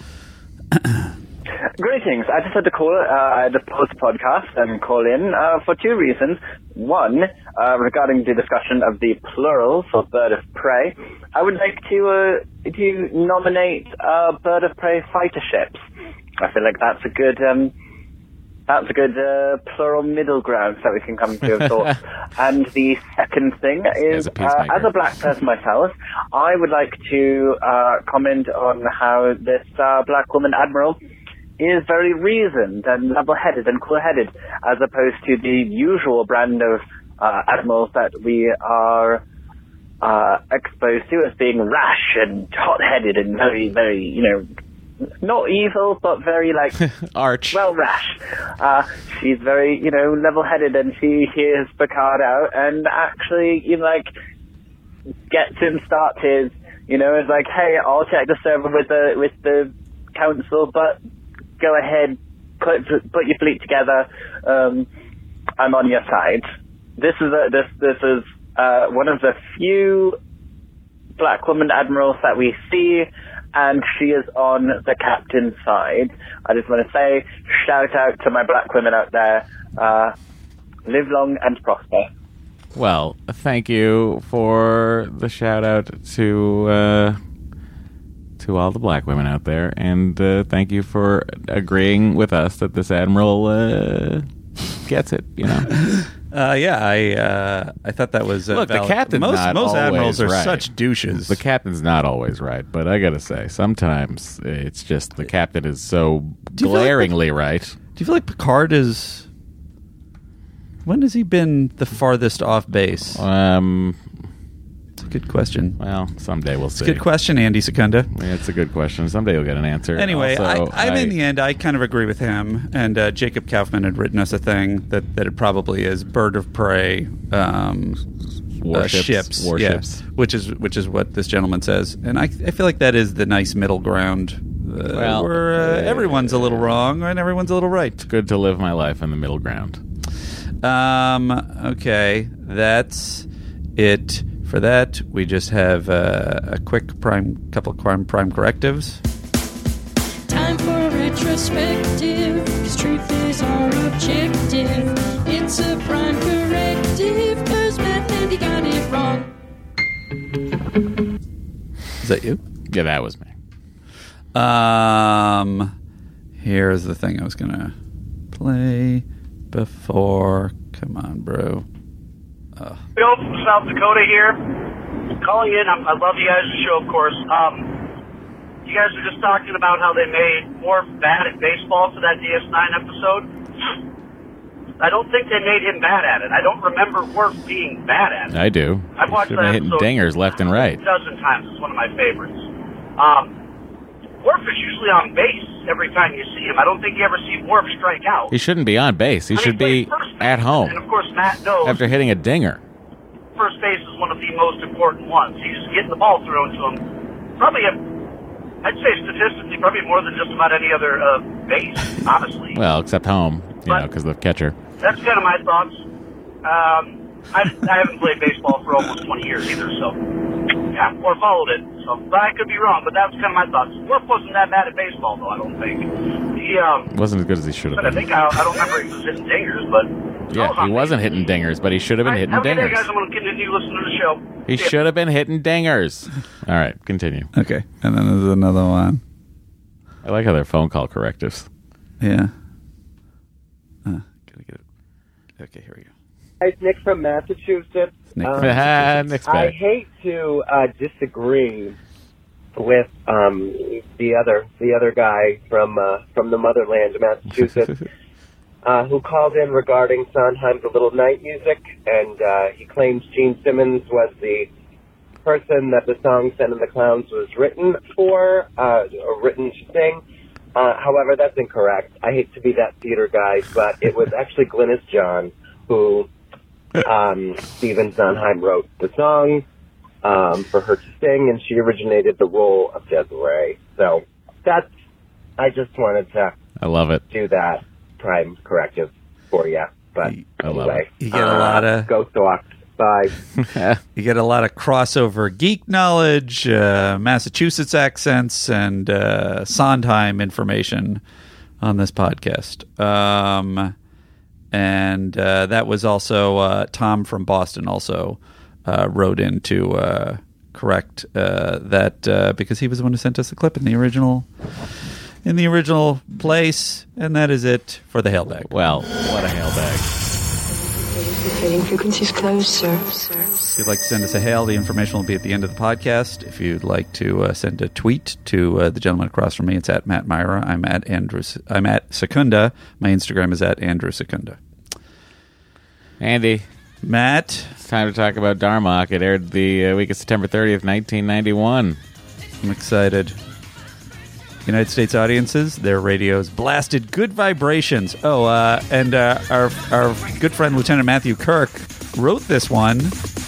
Greetings. I just had to call. Uh, I had to pause the podcast and call in uh, for two reasons. One, uh, regarding the discussion of the plural for bird of prey, I would like to uh, to nominate uh, bird of prey fighter ships. I feel like that's a good um, that's a good uh, plural middle ground that we can come to <laughs> of sorts. and the second thing is, a uh, peacemaker. as a black person myself, I would like to uh, comment on how this uh, black woman admiral is very reasoned and level-headed and cool-headed, as opposed to the usual brand of uh, admirals that we are uh, exposed to as being rash and hot-headed and very, very, you know, not evil, but very like Arch. well, Rash. Uh, she's very, you know, level-headed, and she hears Picard out and actually, you know, like, gets him started. You know, is like, hey, I'll check the server with the with the council, but go ahead, put put your fleet together. Um, I'm on your side. This is a, this this is uh, one of the few black woman admirals that we see, and she is on the captain's side. I just want to say, shout out to my black women out there. Uh, live long and prosper. Well, thank you for the shout out to uh, to all the black women out there, and uh, thank you for agreeing with us that this admiral uh, gets it. You know, Uh, yeah, I uh, I thought that was uh, Look, the valid. captain's Most not most admirals are always right. such douches. the captain's not always right, but I gotta say, sometimes it's just the captain is so you feel like the- glaringly right. Do you feel like Picard is? When has he been the farthest off base? Um, It's a good question. well, someday we'll see. It's a good question, Andy Secunda. Yeah, it's a good question. Someday you'll get an answer. Anyway, Also, I, I'm in I- the end. I kind of agree with him. And uh, Jacob Kaufman had written us a thing that, that it probably is bird of prey, um, warships, uh, ships, yeah, warships. which is which is what this gentleman says. And I, I feel like that is the nice middle ground. Uh, Well, where uh, everyone's a little wrong and everyone's a little right. Good to live my life in the middle ground. Um. Okay, that's it for that. We just have uh, a quick prime, couple of prime, prime correctives. Time for a retrospective, cause truth is our objective. It's a prime corrective, cause Matt and he got it wrong. Is that you? Yeah, that was me. Um. Here's the thing I was gonna play before. Come on, bro. Bill from South Dakota here. Calling in. I'm, I love you guys' show, of course. Um, you guys were just talking about how they made more bad at baseball for that DS9 episode. I don't think they made him bad at it. I don't remember Worf being bad at it. I do. I've watched Should've been that hitting episode dingers left and right. A dozen times. It's one of my favorites. Um, Worf is usually on base every time you see him. I don't think you ever see Worf strike out. He shouldn't be on base. He I mean, should be but first- at And home of course, Matt knows after hitting a dinger. first base is one of the most important ones. He's getting the ball thrown to him. Probably, a, I'd say statistically, probably more than just about any other uh, base, honestly. Well, except home, you know, because the catcher. That's kind of my thoughts. Um, I, I haven't played baseball for almost 20 years either, so. Yeah, or followed it. So, but I could be wrong, but that was kind of my thoughts. Worf wasn't that bad at baseball, though, I don't think. He, um, Wasn't as good as he should have but I been. think I, I don't remember if he was hitting dingers, but Yeah, he wasn't hitting dingers, but he should have been hitting Have a good day, dingers. guys. I'm going to continue listening to the show. He should have been hitting dingers. All right, continue. Okay. And then there's another one. I like how they're phone call correctives. Yeah. Okay, here we go. Hi, it's Nick from Massachusetts. Um, Nick from <laughs> Massachusetts. Nick's I back. hate to uh, disagree with um, the other the other guy from uh, from the motherland, <laughs> Massachusetts, uh, who called in regarding Sondheim's "A Little Night Music," and uh, he claims Gene Simmons was the person that the song "Send in the Clowns" was written for uh, or written to sing. Uh, however, that's incorrect. I hate to be that theater guy, but it was actually Glynis John who um, Steven Sondheim wrote the song um, for her to sing, and she originated the role of Desiree. So that's, I just wanted to I love it. do that prime corrective for you. But love anyway, You get a lot of go socks. Bye. you get a lot of crossover geek knowledge, uh, Massachusetts accents, and uh, Sondheim information on this podcast. Um, and uh, that was also uh, Tom from Boston also uh, wrote in to uh, correct uh, that uh, because he was the one who sent us the clip in the original in the original place. And that is it for the hailbag. Well, what a hailbag. Fading frequencies closed, sir. If you'd like to send us a hail, the information will be at the end of the podcast. If you'd like to uh, send a tweet to uh, the gentleman across from me, it's at Matt Myra. I'm at Andrew. I'm at Secunda. My Instagram is at Andrew Secunda. Andy. Matt. It's time to talk about Darmok. It aired the uh, week of September 30th, 1991. I'm excited. United States audiences, their radios blasted good vibrations. Oh, uh, and uh, our our good friend Lieutenant Matthew Kirk wrote this one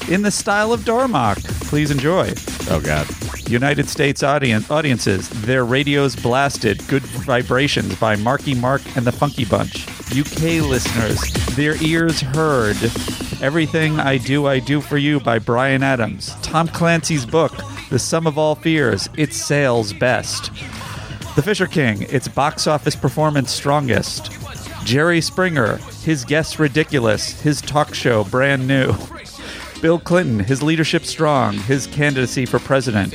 in the style of Dormock. Please enjoy. Oh God. United States audience audiences, their radios blasted good vibrations by Marky Mark and the Funky Bunch. UK listeners, their ears heard Everything I Do I Do For You by Brian Adams. Tom Clancy's book, The Sum of All Fears, it sales best. The Fisher King, its box office performance strongest. Jerry Springer, his guests ridiculous, his talk show brand new. Bill Clinton, his leadership strong, his candidacy for president.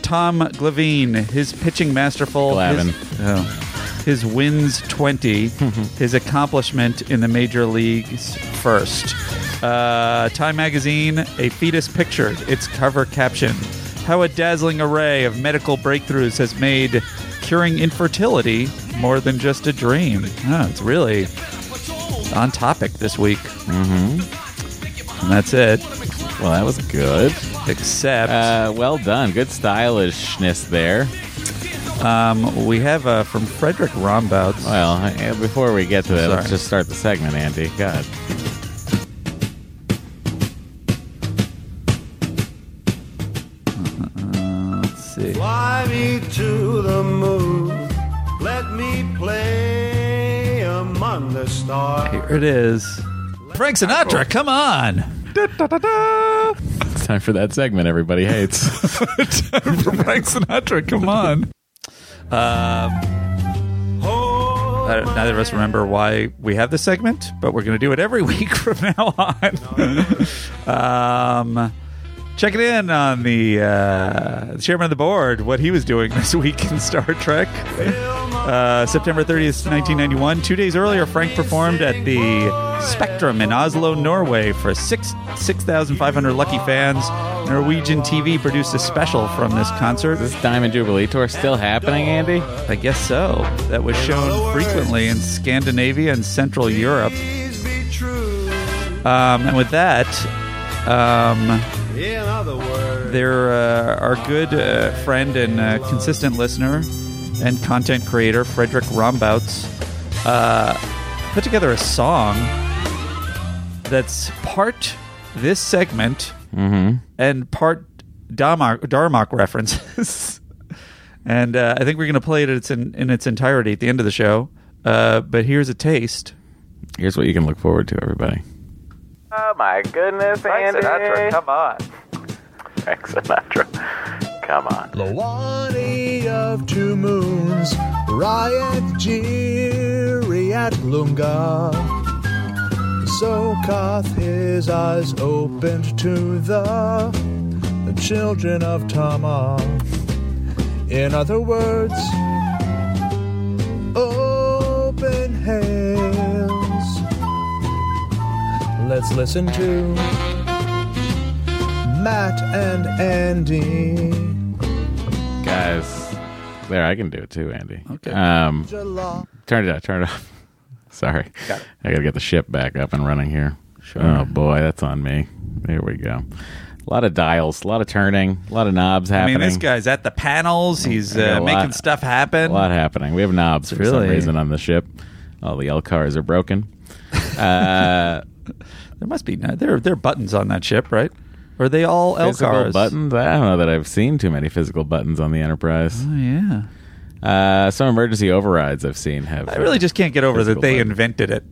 Tom Glavine, his pitching masterful. Glavine. His, oh. his wins 20, his accomplishment in the major leagues first. Uh, Time Magazine, a fetus pictured, its cover caption. How a dazzling array of medical breakthroughs has made curing infertility more than just a dream. Oh, it's really on topic this week. Mm-hmm. And that's it. Well, that was good. Except. Uh, well done. Good stylishness there. Um, we have uh, from Frederick Rombouts. Well, I- before we get to that, let's Sorry. just start the segment, Andy. God. Uh, let's see. Fly me to the moon. Let me play among the stars. Here it is. Frank Sinatra, come on. It's time for that segment everybody hates. <laughs> Frank Sinatra, come on. Um, I don't- neither of us remember why we have this segment, but we're going to do it every <laughs> week from now on. um, check it in on the, uh, the chairman of the board, what he was doing <laughs> this week in Star Trek. Uh, September 30th, 1991. Two days earlier, Frank performed at the Spectrum in Oslo, Norway for six- 6,500 lucky fans. Norwegian TV produced a special from this concert. Is this Diamond Jubilee Tour still happening, Andy? I guess so. That was shown frequently in Scandinavia and Central Europe. Um, and with that, um, In other words, there, uh, our good uh, friend and uh, consistent listener and content creator, Frederick Rombouts, uh, put together a song that's part this segment and part Darmok, Darmok references. <laughs> and uh, I think we're going to play it in its, in, in its entirety at the end of the show. Uh, but here's a taste. Here's what you can look forward to, everybody. Oh my goodness, Frank Andy! Sinatra, come on. Frank Sinatra. Come on. The Wani of Two Moons, Riot Jiri at Lunga. So Koth his eyes opened to the children of Tama. In other words, open hails. Let's listen to Matt and Andy. Guys. There, I can do it too, Andy. Okay. Um, turn it off. Turn it off. <laughs> Sorry. I got to get the ship back up and running here. Sure. Oh, boy. That's on me. There we go. A lot of dials, a lot of turning, a lot of knobs happening. I mean, this guy's at the panels. He's I got uh, a making lot- stuff happen. A lot happening. We have knobs for some Really? reason on the ship. All the L cars <laughs> are broken. Uh, there must be there. There are buttons on that ship, right? Or are they all L physical cars? buttons. I don't know that I've seen too many physical buttons on the Enterprise. Oh yeah. Uh, some emergency overrides I've seen have. I really just can't get over that they invented it.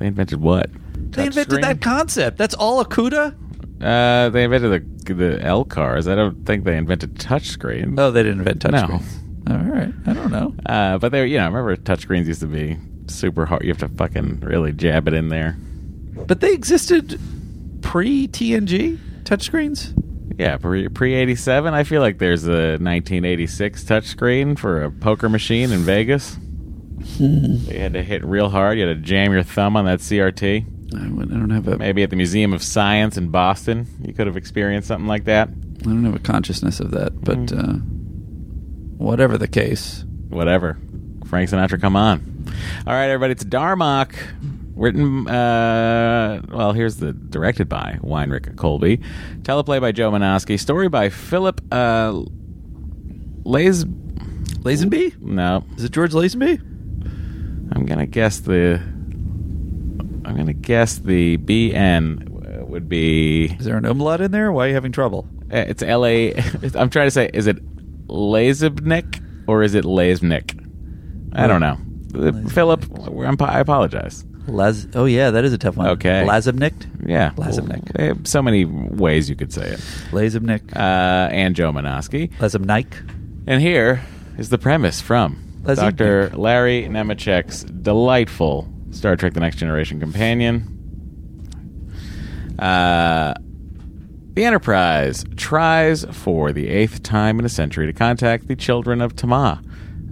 They invented what? They invented that concept. That's all Akuda. Uh, they invented the the L cars. I don't think they invented touchscreen. Oh, they didn't invent touchscreen. No. All right. I don't know. Uh, but they, were- you know, I remember touchscreens used to be super hard. You have to fucking really jab it in there. But they existed pre TNG touchscreens. Yeah, pre pre eighty seven. I feel like there's a nineteen eighty six touchscreen for a poker machine in Vegas. you had to hit real hard. You had to jam your thumb on that CRT. I don't have a. Maybe at the Museum of Science in Boston, you could have experienced something like that. I don't have a consciousness of that, but Hmm. uh, whatever the case, whatever. Frank Sinatra, come on. All right, everybody, it's Darmok. Written, uh, well, here's the directed by Weinrich Colby. Teleplay by Joe Manosky. Story by Philip uh, Lays. Lazenby? No. Is it George Lazenby? I'm going to guess the. I'm going to guess the BN uh, would be. Is there an umlaut in there? Why are you having trouble? Uh, It's LA. I'm trying to say, is it Lazebnik or is it Lazebnik? I don't know. Uh, Philip, I'm, I apologize. Laz. Oh yeah, that is a tough one. Okay. Lazebnik? Yeah. Lazebnik. They have so many ways you could say it. Lazebnik. Uh, and Joe Manosky. Lazebnik. And here is the premise from Lazebnik. Dr. Larry Nemechek's delightful Star Trek The Next Generation companion. Uh, the Enterprise tries for the eighth time in a century to contact the children of Tama,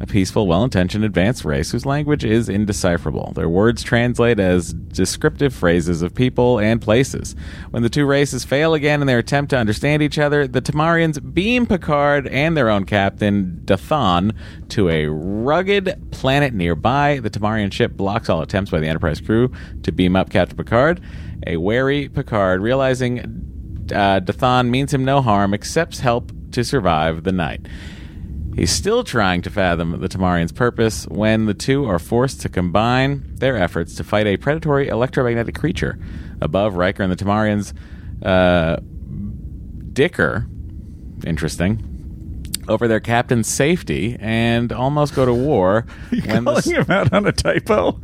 a peaceful, well intentioned advanced race whose language is indecipherable. Their words translate as descriptive phrases of people and places. When the two races fail again in their attempt to understand each other, the Tamarians beam Picard and their own captain, Dathan, to a rugged planet nearby. The Tamarian ship blocks all attempts by the Enterprise crew to beam up Captain Picard. A wary Picard, realizing uh, Dathan means him no harm, accepts help to survive the night. He's still trying to fathom the Tamarian's purpose when the two are forced to combine their efforts to fight a predatory electromagnetic creature. Above, Riker and the Tamarians uh, dicker, interesting, over their captain's safety and almost go to <laughs> war. when the calling him out on a typo?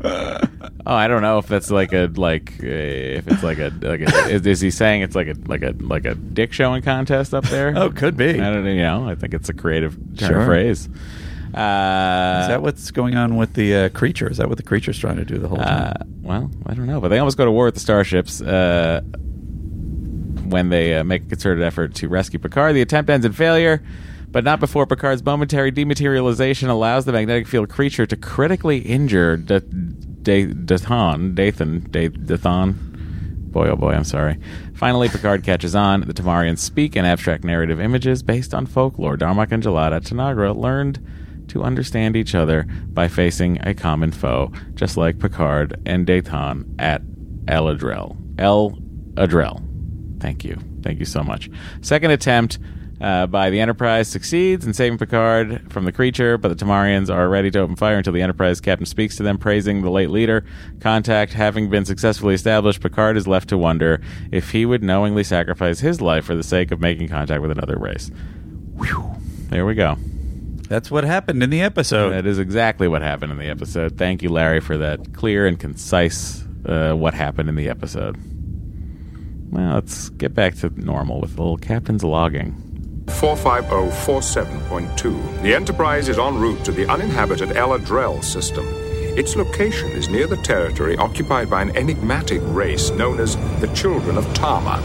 Oh, I don't know if that's like a like uh, if it's like a like a, is, is he saying it's like a like a like a dick showing contest up there? Oh, could be. I don't you know. I think it's a creative turn Sure. of phrase. Uh, is that what's going on with the uh, creature? Is that what the creature's trying to do the whole Ah, time? Uh, well, I don't know, but they almost go to war with the starships uh, when they uh, make a concerted effort to rescue Picard. The attempt ends in failure, but not before Picard's momentary dematerialization allows the magnetic field creature to critically injure Da- Da- Dathan. Dathan. Da- Dathan. Boy, oh boy, I'm sorry. Finally, Picard catches on. The Tamarians speak in abstract narrative images based on folklore. Darmok and Gelada Tanagra learned to understand each other by facing a common foe, just like Picard and Dathan at Eladrel. El Adrel. Thank you. Thank you so much. Second attempt, Uh, by the Enterprise succeeds in saving Picard from the creature, but the Tamarians are ready to open fire until the Enterprise captain speaks to them, praising the late leader. Contact having been successfully established, Picard is left to wonder if he would knowingly sacrifice his life for the sake of making contact with another race. Whew. There we go. That's what happened in the episode. That is exactly what happened in the episode. Thank you, Larry, for that clear and concise uh, what happened in the episode. Well, let's get back to normal with a little captain's logging. 45047.2. The Enterprise is en route to the uninhabited Eladrell system. Its location is near the territory occupied by an enigmatic race known as the Children of Tama.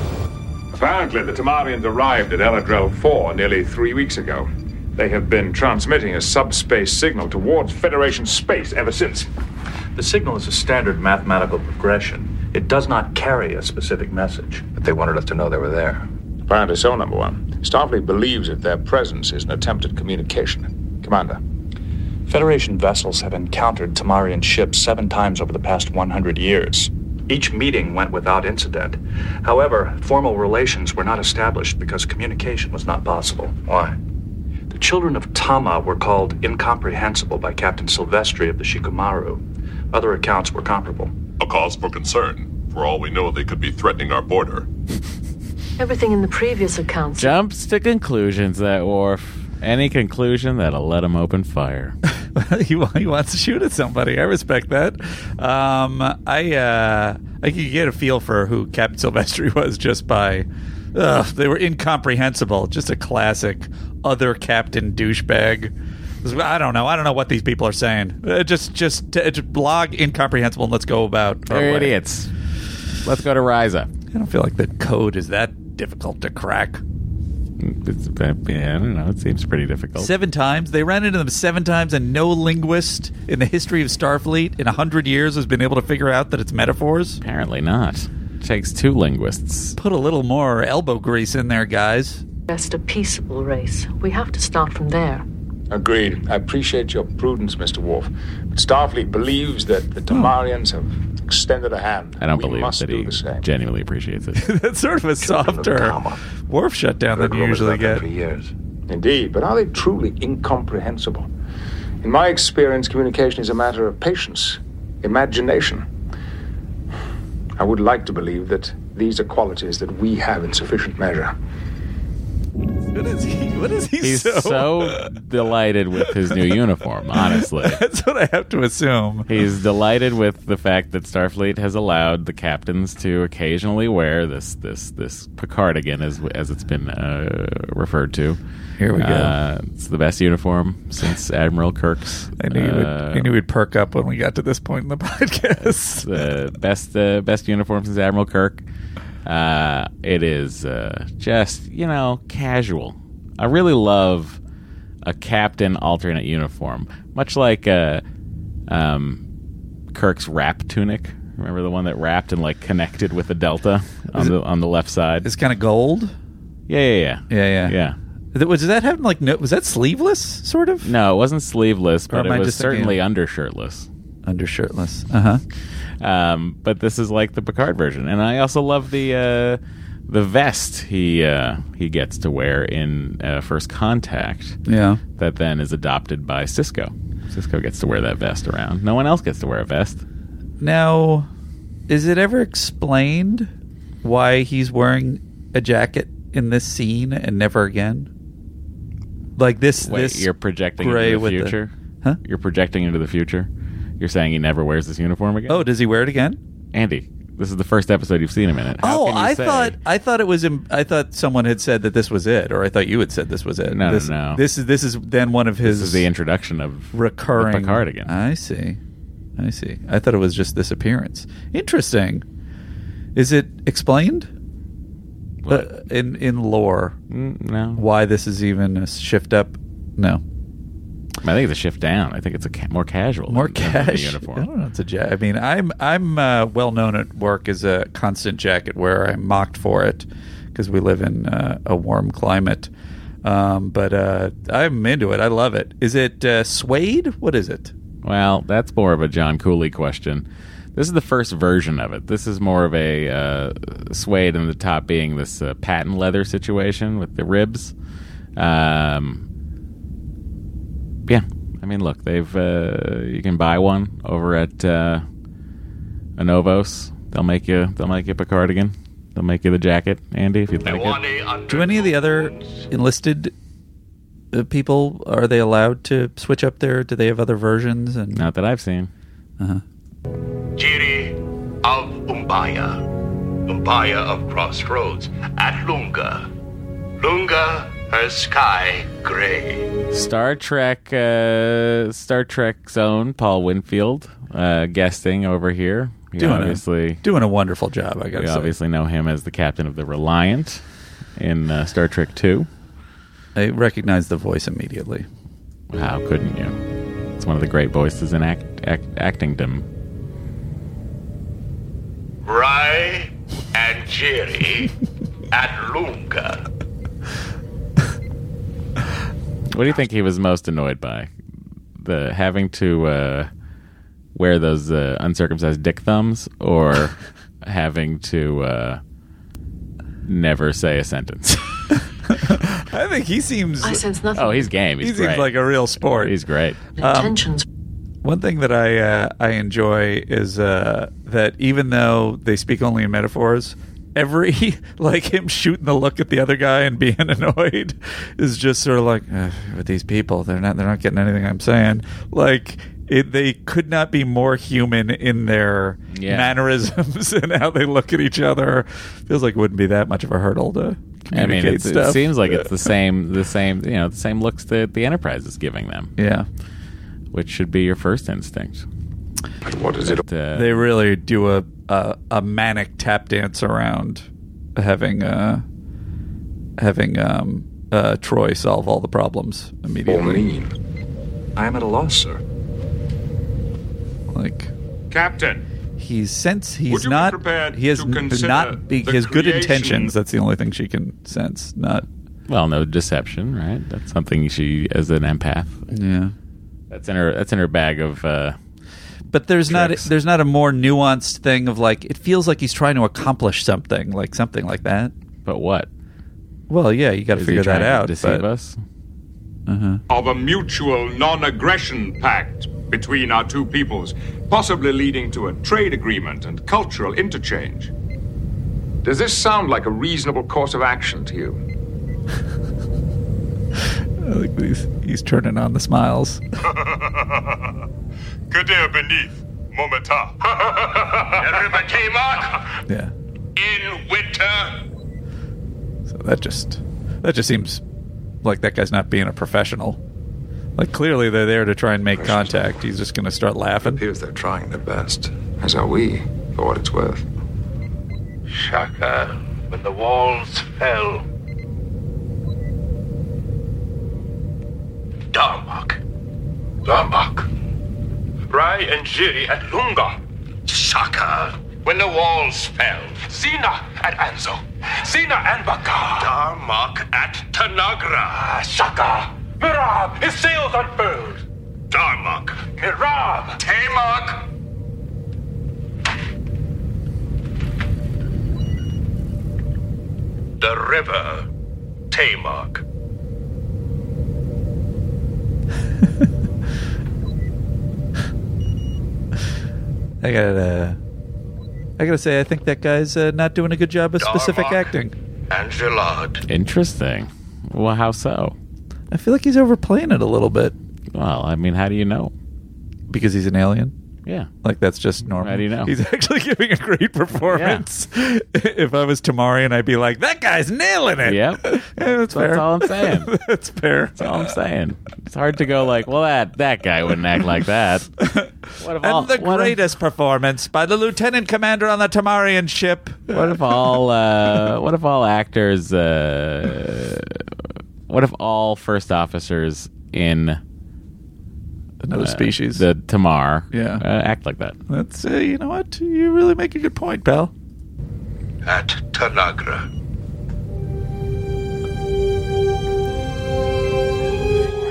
Apparently, the Tamarians arrived at Eladrell 4 nearly three weeks ago. They have been transmitting a subspace signal towards Federation space ever since. The signal is a standard mathematical progression. It does not carry a specific message. But they wanted us to know they were there. Apparently so, number one. Starfleet believes that their presence is an attempt at communication. Commander. Federation vessels have encountered Tamarian ships seven times over the past 100 years. Each meeting went without incident. However, formal relations were not established because communication was not possible. Why? The children of Tama were called incomprehensible by Captain Silvestri of the Shikamaru. Other accounts were comparable. A cause for concern. For all we know, they could be threatening our <laughs> border. Everything in the previous accounts. Jumps to conclusions, that wharf. Any conclusion that'll let him open fire. <laughs> he, wa- he wants to shoot at <laughs> somebody. I respect that. Um, I uh, I could get a feel for who Captain Silvestri <laughs> was just by. Ugh, they were incomprehensible. Just a classic other captain douchebag. I don't know. I don't know what these people are saying. Uh, just, just, t- just blog incomprehensible and let's go about. our They're way. idiots. Let's go to Riza. I don't feel like the code is that difficult to crack. It's, yeah, I don't know. It seems pretty difficult. Seven times. They ran into them seven times, and no linguist in the history of Starfleet in a hundred years has been able to figure out that it's metaphors. Apparently not. takes two linguists. Put a little more elbow grease in there, guys. Best a peaceable race. We have to start from there. Agreed. I appreciate your prudence, Mr. Worf. But Starfleet believes that the Tamarians have extended a hand. I don't We believe must that do he the same. genuinely appreciates it. <laughs> That's sort of a softer Worf shutdown than you usually get. Indeed, but are they truly incomprehensible? In my experience, communication is a matter of patience, imagination. I would like to believe that these are qualities that we have in sufficient measure. What is he? What is he? He's so? so, delighted with his new uniform, honestly. <laughs> That's what I have to assume. He's delighted with the fact that Starfleet has allowed the captains to occasionally wear this this this Picardigan, as as it's been uh, referred to. Here we go. Uh, it's the best uniform since Admiral Kirk's. I knew, you would, uh, I knew we'd perk up when we got to this point in the <laughs> podcast. the best uh, best uniform since Admiral Kirk. Uh, it is uh, just you know casual. I really love a captain alternate uniform, much like uh, um, Kirk's wrap tunic. Remember the one that wrapped and like connected with the delta on the on the left side. It's kind of gold. Yeah, yeah, yeah, Yeah, yeah. yeah. Th- Was that having like no? Was that sleeveless sort of No, it wasn't sleeveless, Or but am I it was just thinking- certainly undershirtless. undershirtless? Uh Uh-huh. huh. um, but this is like the Picard version, and I also love the uh, the vest he uh, he gets to wear in uh, First Contact. Yeah. that then is adopted by Cisco. Cisco gets to wear that vest around. No one else gets to wear a vest. Now, is it ever explained why he's wearing a jacket in this scene and never again? Like this, Wait, this you're projecting gray into the with future. Huh? You're projecting into the future. You're saying he never wears this uniform again. Oh, does he wear it again? Andy, this is the first episode you've seen him in it. How oh, can you I say- thought I thought it was. im- I thought someone had said that this was it, or I thought you had said this was it. No, no, this, no. This is this is then one of his this is the introduction of recurring the Picard again. I see. I see. I thought it was just this appearance. Interesting. Is it explained Uh, in in lore Mm, no, why this is even a shift up? No, I think it's a shift down. I think it's a ca- more casual, more than- than the cash. I uniform. don't know. It's a jacket. I mean, I'm I'm uh, well known at work as a constant jacket wearer. I'm mocked for it because we live in uh, a warm climate. Um, but uh, I'm into it. I love it. Is it uh, suede? What is it? Well, that's more of a John Cooley question. This is the first version of it. This is more of a uh, suede and the top being this uh, patent leather situation with the ribs. Um, yeah, I mean, look, they've uh, you can buy one over at uh, Anovos. They'll make you they'll make you up a cardigan. They'll make you the jacket, Andy, if you'd like it. Do any of the other enlisted uh, people are they allowed to switch up their? Do they have other versions? And not that I've seen. Uh-huh. Jiri of Umbaya, Umbaya of Crossroads, at Lunga. Lunga, her sky gray. Star Trek, uh, Star Trek Zone, Paul Winfield, uh, guesting over here. We Doing a- obviously doing a wonderful job. I gotta we say. obviously know him as the captain of the Reliant in uh, Star Trek Two. I recognize the voice immediately. How couldn't you? It's one of the great voices in act, act actingdom. Rai and Jiri at Lunga. What do you think he was most annoyed by? The having to uh, wear those uh, uncircumcised dick thumbs, <laughs> or having to uh, never say <laughs> a sentence. I think he seems. I sense nothing. Oh, he's game. He's he seems great. like a real sport. Um, He's great. Intentions. One thing that I uh, I enjoy is uh, that even though they speak only in metaphors, every <laughs> like him shooting the look at the other guy and being <laughs> annoyed is just sort of like "Ugh, with these people they're not they're not getting anything I'm saying. Like it, they could not be more human in their Yeah. mannerisms <laughs> and how they look at each other. Feels like it wouldn't be that much of a hurdle to <laughs> I mean, communicate it's, stuff. it seems like it's the same, the same, you know, the same looks that the Enterprise is giving them. Yeah. which should be your first instinct. What is it? Uh, they really do a, a a manic tap dance around having uh having um uh Troy solve all the problems immediately. I am at a loss, sir. Like Captain, he sense Would he's you be not prepared he has to n- consider not be, the he has good creation- intentions. That's the only thing she can sense. Not Well, no deception, right? That's something she, as an empath, yeah. That's in her. That's in her bag of. Uh, But there's not there's not a more nuanced thing of like it feels like he's trying to accomplish something like something like that. But what? Well, yeah, you got to Is he figure that trying to out. deceive but- us? Uh-huh. of a mutual non aggression pact between our two peoples, possibly leading to a trade agreement and cultural interchange. Does this sound like a reasonable course of action to you? I like that he's, he's turning on the smiles. Kadir beneath, Momenta. Everybody mark Yeah. in winter. So that just that just seems like that guy's not being a professional. Like clearly they're there to try and make contact. He's just going to start laughing. appears they're trying their best, as are we, for what it's worth. Shaka, when the walls fell. Darmok. Darmok. Rai and Jiri at Lunga. Shaka, when the walls fell. Zena at Anzo. Zena and Bakar. Darmok at Tanagra. Shaka, Mirab, his sails unfurled. Darmok. Mirab. Tamok. The river, Tamok. I got to I got to say I think that guy's uh, not doing a good job of specific acting. And Gillard. Interesting. Well, how so? I feel like he's overplaying it a little bit Well, I mean, how do you know? because he's an alien. Yeah. Like that's just normal. How do you know? He's <laughs> actually giving a great performance. <laughs> if I was Tamarian, I'd be like, "That guy's nailing it." Yep. <laughs> Yeah, that's, fair. That's all I'm saying. <laughs> that's fair. That's all I'm saying. It's hard to go like, well, that that guy wouldn't act <laughs> like that. What if and all, the what if, greatest performance by the lieutenant commander on the Tamarian ship. what if all uh, what if all actors uh, what if all first officers in Another uh, species. the Tamar Yeah. uh, act like that? That's uh, you know what you really make a good point, pal. At Tanagra.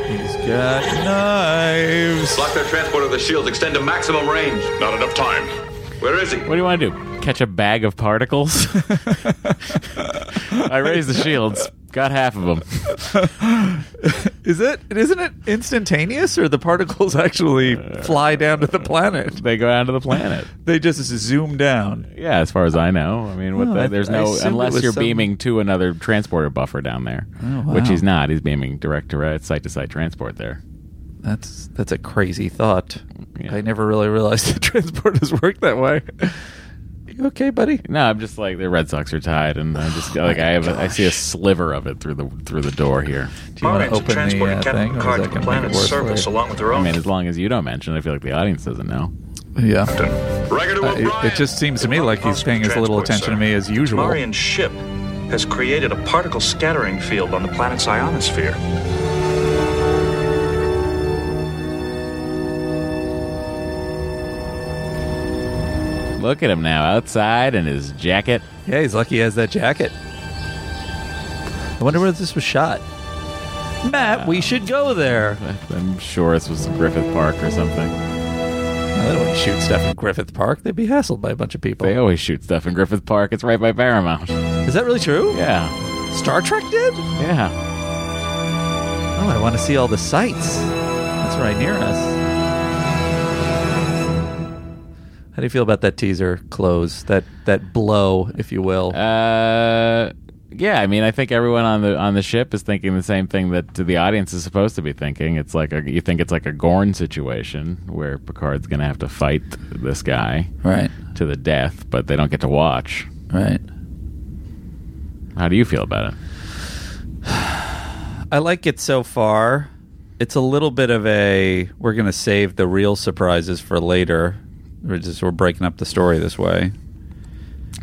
He's got knives. Block their transport of the shields. Extend to maximum range. Not enough time. Where is he? What do you want to do? catch a bag of <laughs> particles. I raised the shields, got half of them. <laughs> Is it? Isn't it instantaneous, or the particles actually fly down to the planet? They go down to the planet. They just zoom down. Yeah, as far as I know. I mean, what Oh, the, I- there's I no assumed it unless was you're some- beaming to another transporter buffer down there, Oh, wow. which he's not. He's beaming direct to right, site to site transport there. That's that's a crazy thought. I never really realized <laughs> the transporters work that way. You okay, buddy? No, I'm just like the Red Sox are tied, and I'm just like I have a, I see a sliver of it through the through the door here. Do you wanna Alright, so open the, transporting uh, Captain thing, or is Picard that to gonna the make it planet's worse for surface you? along with their I own- mean, as long as you don't mention, it, I feel like the audience doesn't know. Yeah. Uh, it, it just seems to me like he's paying as little attention to me as usual. Marian ship has created a particle scattering field on the planet's ionosphere. Look at him now, outside in his jacket. Yeah, he's lucky he has that jacket. I wonder where this was shot. Matt, we should go there. I'm sure this was Griffith Park or something. they don't shoot stuff in Griffith Park. They'd be hassled by a bunch of people. They always shoot stuff in Griffith Park. It's right by Paramount. Is that really true? Yeah. Star Trek did? Yeah. Oh, I want to see all the sights. That's right near us. How do you feel about that teaser close? That that blow, if you will. Uh, yeah. I mean, I think everyone on the on the ship is thinking the same thing that the audience is supposed to be thinking. It's like a, you think it's like a Gorn situation where Picard's going to have to fight this guy Right. to the death, but they don't get to watch. Right. How do you feel about it? I like it so far. It's a little bit of a we're going to save the real surprises for later. We're just we're breaking up the story this way.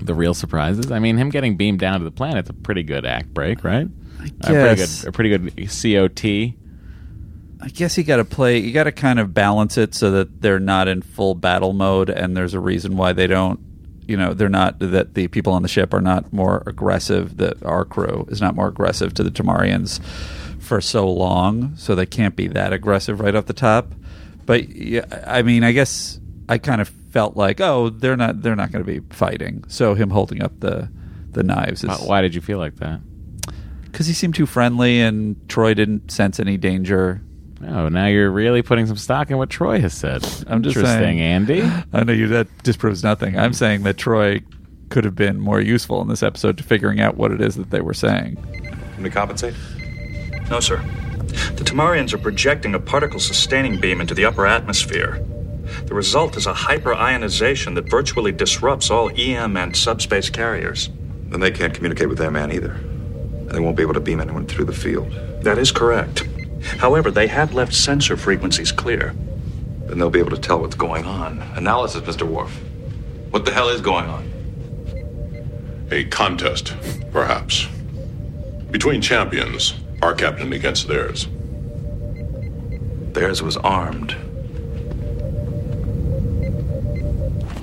The real surprises. I mean, him getting beamed down to the planet's a pretty good act break, right? A pretty guess. good, a pretty good COT. I guess you got to play. You got to kind of balance it so that they're not in full battle mode, and there's a reason why they don't. You know, they're not that the people on the ship are not more aggressive. That our crew is not more aggressive to the Tamarians for so long, so they can't be that aggressive right off the top. But yeah, I mean, I guess I kind of felt like, oh, they're not they're not going to be fighting. So him holding up the the knives is Why- Why did you feel like that? because he seemed too friendly, and Troy didn't sense any danger. Oh, now you're really putting some stock in what Troy has said. I'm just Interesting, saying, Andy. I know you. That disproves nothing. I'm saying that Troy could have been more useful in this episode to figuring out what it is that they were saying. Can we compensate? No, sir. The Tamarians are projecting a particle sustaining beam into the upper atmosphere. The result is a hyperionization that virtually disrupts all EM and subspace carriers. Then they can't communicate with their man either. And they won't be able to beam anyone through the field. That is correct. However, they have left sensor frequencies clear. Then they'll be able to tell what's going on. Analysis, Mr. Worf. What the hell is going on? A contest, perhaps. Between champions, our captain against theirs. Theirs was armed.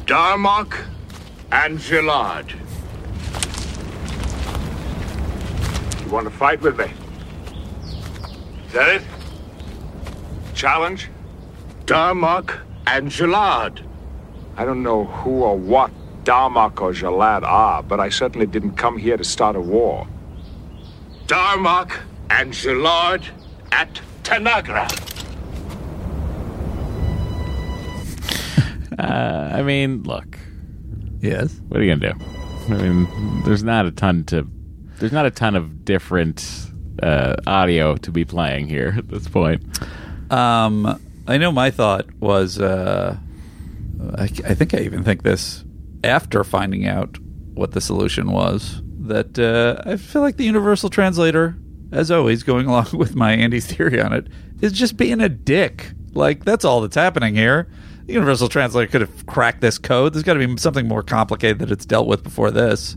Darmok and Gillard. You want to fight with me? Is that it? Challenge? Darmok and Gillard. I don't know who or what Darmok or Gillard are, but I certainly didn't come here to start a war. Darmok and Gillard at Tanagra. Uh, I mean, look. Yes. What are you gonna do? I mean, there's not a ton to. There's not a ton of different uh, audio to be playing here at this point. Um, I know my thought was, uh, I, I think I even think this after finding out what the solution was that uh, I feel like the universal translator, as always, going along <laughs> with my Andy's theory on it, is just being a dick. Like that's all that's happening here. The universal translator could have cracked this code. There's got to be something more complicated that it's dealt with before this.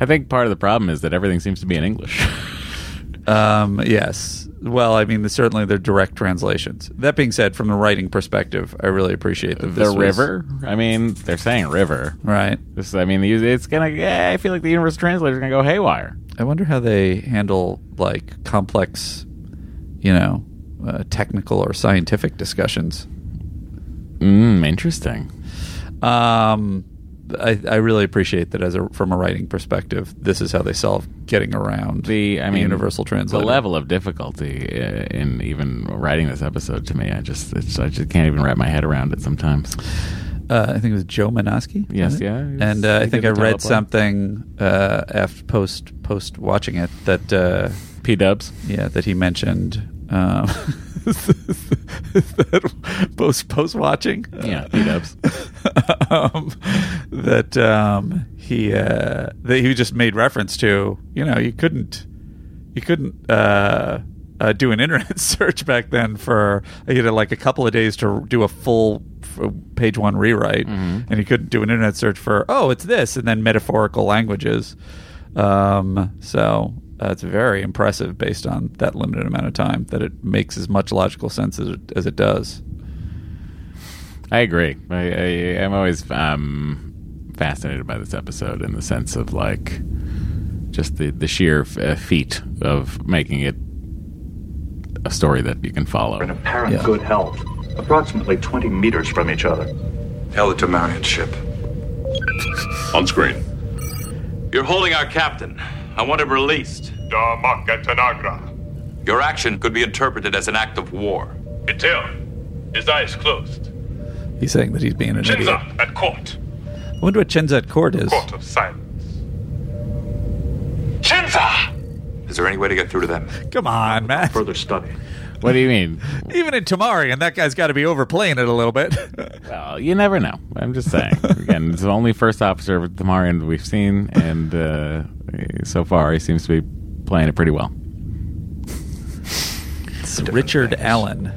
I think part of the problem is that everything seems to be in English. <laughs> Um, yes. Well, I mean, certainly they're direct translations. That being said, from the writing perspective, I really appreciate that. the this was- river. I mean, they're saying river, right? This, I mean, the- it's gonna. Yeah, I feel like the universal translator's gonna go haywire. I wonder how they handle like complex, you know, uh, technical or Hmm, scientific discussions. Mm, interesting. Um, I, I really appreciate that as a from a writing perspective. This is how they solve getting around the I mean, universal translator. The level of difficulty uh, in even writing this episode to me, I just it's, I just can't even wrap my head around it sometimes. Uh, I think it was Joe Manosky. Yes, was it? yeah, he was- and uh, he I think did I the read teleplay. something uh, after post post watching it that uh, P Dubs. Yeah, that he mentioned. Um, <laughs> post post watching. Yeah, P Dubs. <laughs> um, that um, he uh, that he just made reference to. You know, you couldn't you couldn't uh, uh, do an internet <laughs> search back then for you know like a couple of days to do a full f- page one rewrite, Mm-hmm. and you couldn't do an internet search for oh it's this and then metaphorical languages. Um, so. Uh, it's very impressive based on that limited amount of time that it makes as much logical sense as it, as it does. I agree. I, I, I'm always um, fascinated by this episode in the sense of like just the the sheer f- uh, feat of making it a story that you can follow. Apparent good health, approximately 20 meters from each other. Hell to Marion ship. On screen. You're holding our captain. I want him released. Damak at Tanagra. Your action could be interpreted as an act of war. Itil. His eyes closed. He's saying that he's being an idiot. Chinza at court. I wonder what Chenzat Court is. Court of silence. Shinza! Is there any way to get through to them? Come on, Matt. Further study. What do you mean? <laughs> Even in Tamari, and that guy's got to be overplaying it a little bit. well, you never know. I'm just saying. Again, it's the only first officer of the Marian we've seen, and uh, so far he seems to be playing it pretty well. It's Richard Allen.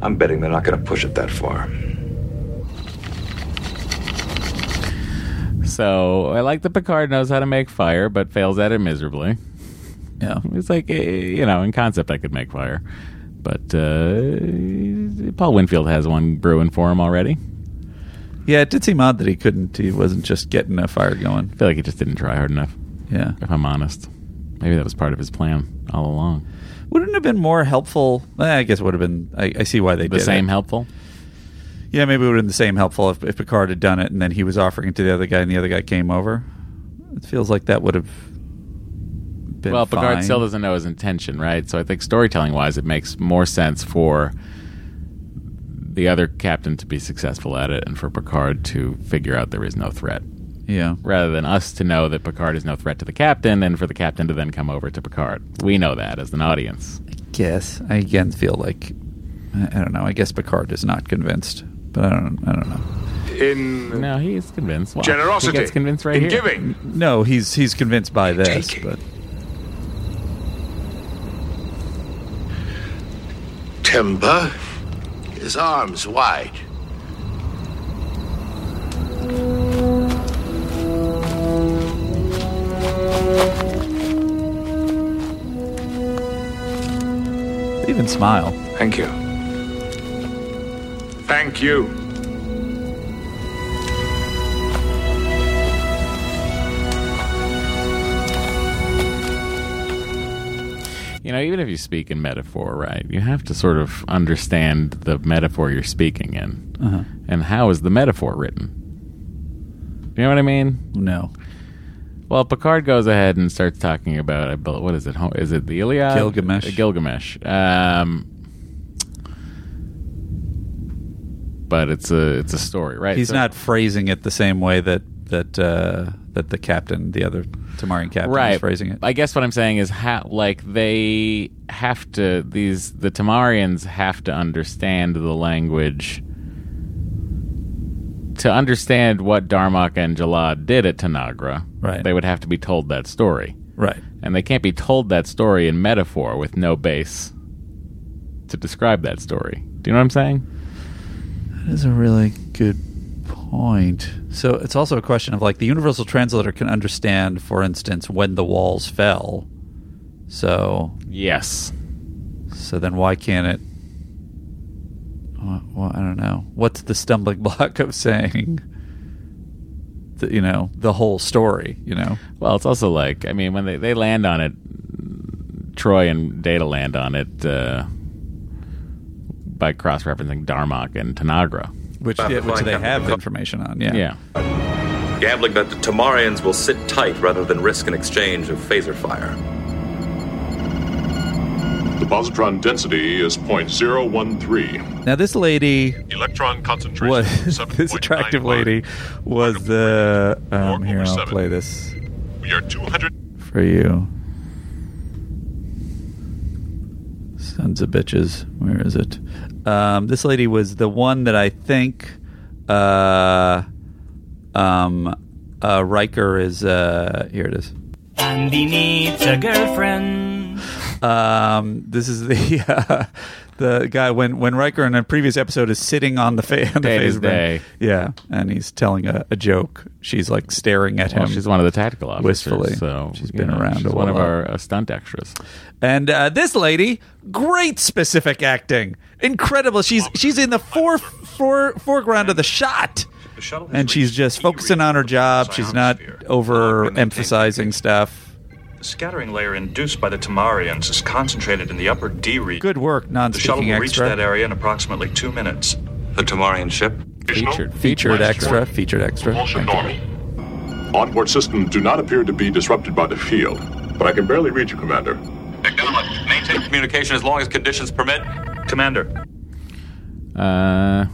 I'm betting they're not going to push it that far. So I like that Picard knows how to make fire, but fails at it miserably. Yeah, it's like eh, you know, in concept, I could make fire, but uh, Paul Winfield has one brewing for him already. Yeah, it did seem odd that he couldn't. He wasn't just getting a fire going. I feel like he just didn't try hard enough. Yeah, if I'm honest, maybe that was part of his plan all along. Wouldn't it have been more helpful. eh, I guess it would have been. I, I see why they The did same it. helpful. Yeah, maybe it would have been the same helpful if, if Picard had done it, and then he was offering it to the other guy, and the other guy came over. It feels like that would have been. well, Picard fine. still doesn't know his intention, right? So I think storytelling wise, it makes more sense for the other captain to be successful at it and for Picard to figure out there is no threat. Yeah. Rather than us to know that Picard is no threat to the captain and for the captain to then come over to Picard. We know that as an audience. guess I again feel like I I don't know. I guess Picard is not convinced, but I don't. I don't know. In. No, he is convinced. Well, Generosity. He gets convinced right in here. giving. No, he's he's convinced by this, but Timber, his arms wide. they even smile. Thank you. Thank you. You know, even if you speak in metaphor, right, you have to sort of understand the metaphor you're speaking in. Uh-huh. And how is the metaphor written? Do you know what I mean? No. Well, Picard goes ahead and starts talking about I bel- what is it? Ho- Is it the Iliad? Gilgamesh. Uh, Gilgamesh. Um, but it's a it's a story, right? he's So- not phrasing it the same way that that uh, that the captain, the other Tamarian captain, is right phrasing it. I guess what I'm saying is how like they have to these the Tamarians have to understand the language to understand what Darmok and Jalad did at Tanagra. Right. They would have to be told that story. Right. And they can't be told that story in metaphor with no base to describe that story. Do you know what I'm saying? That is a really good point. So it's also a question of like the universal translator can understand, for instance, when the walls fell. So yes. So then why can't it? Well, well, I don't know. What's the stumbling <laughs> block of saying? The, you know the whole story. You know. Well, it's also like I mean, when they, they land on it, Troy and Data land on it uh, by cross referencing Darmok and Tanagra, Which- yeah, which they have information on, yeah. yeah. gambling that the Tamarians will sit tight rather than risk an exchange of phaser fire. The positron density is 0.013. Now, this lady Electron concentration was <laughs> is <laughs> this attractive lady was the. Um, here, I'll play this 7.5. We are 200. for you. Sons of bitches. Where is it? Um, this lady was the one that I think uh, um, uh, Riker is. Uh, here it is. Andy needs a girlfriend. Um, this is the <laughs> uh, the guy when when Riker in a previous episode is sitting on the, fa- <laughs> on the Day to phaser day. bank. yeah, and he's telling a, a joke. She's like staring at him. Well, she's one of the tactical officers, wistfully. so, she's you been know, around. she's a one of while. our, uh, stunt extras. And uh, this lady, great specific acting, incredible. She's she's in the fore, fore, foreground of the shot, and she's just focusing on her job. She's not over emphasizing stuff. The scattering layer induced by the Tamarians is concentrated in the upper D region. Good work, The shuttle non-speaking will reach extra. that area in approximately two minutes. The Tamarian ship? Featured, featured extra, featured extra. Thank you. Onboard systems do not appear to be disrupted by the field, but I can barely read you, Commander. Maintain communication as long as conditions permit. Commander, Uh,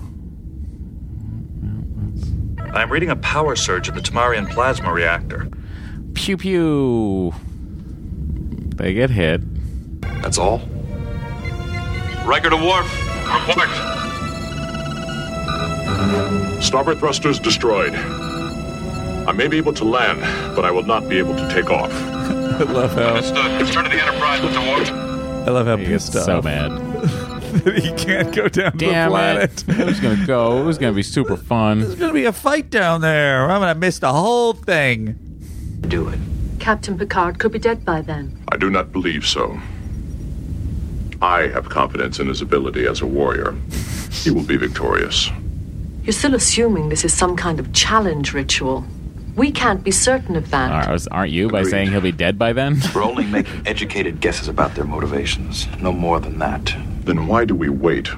I am reading a power surge in the Tamarian plasma reactor. pew pew. They get hit. That's all. Riker to Worf. Report. Starboard thrusters destroyed. I may be able to land, but I will not be able to take off. I <laughs> love how Return to the Enterprise with the warp. I love how pissed so off mad. that <laughs> he can't go down to the Damn planet. it! it was gonna go. It was gonna be super fun. There's gonna be a fight down there. I'm gonna miss the whole thing. Do it. Captain Picard could be dead by then. I do not believe so. I have confidence in his ability as a warrior. He will be victorious. You're still assuming this is some kind of challenge ritual. We can't be certain of that. Are- Aren't you by saying he'll be dead by <laughs> then? We're only <laughs> making educated guesses about their motivations, no more than that. Then why do we wait?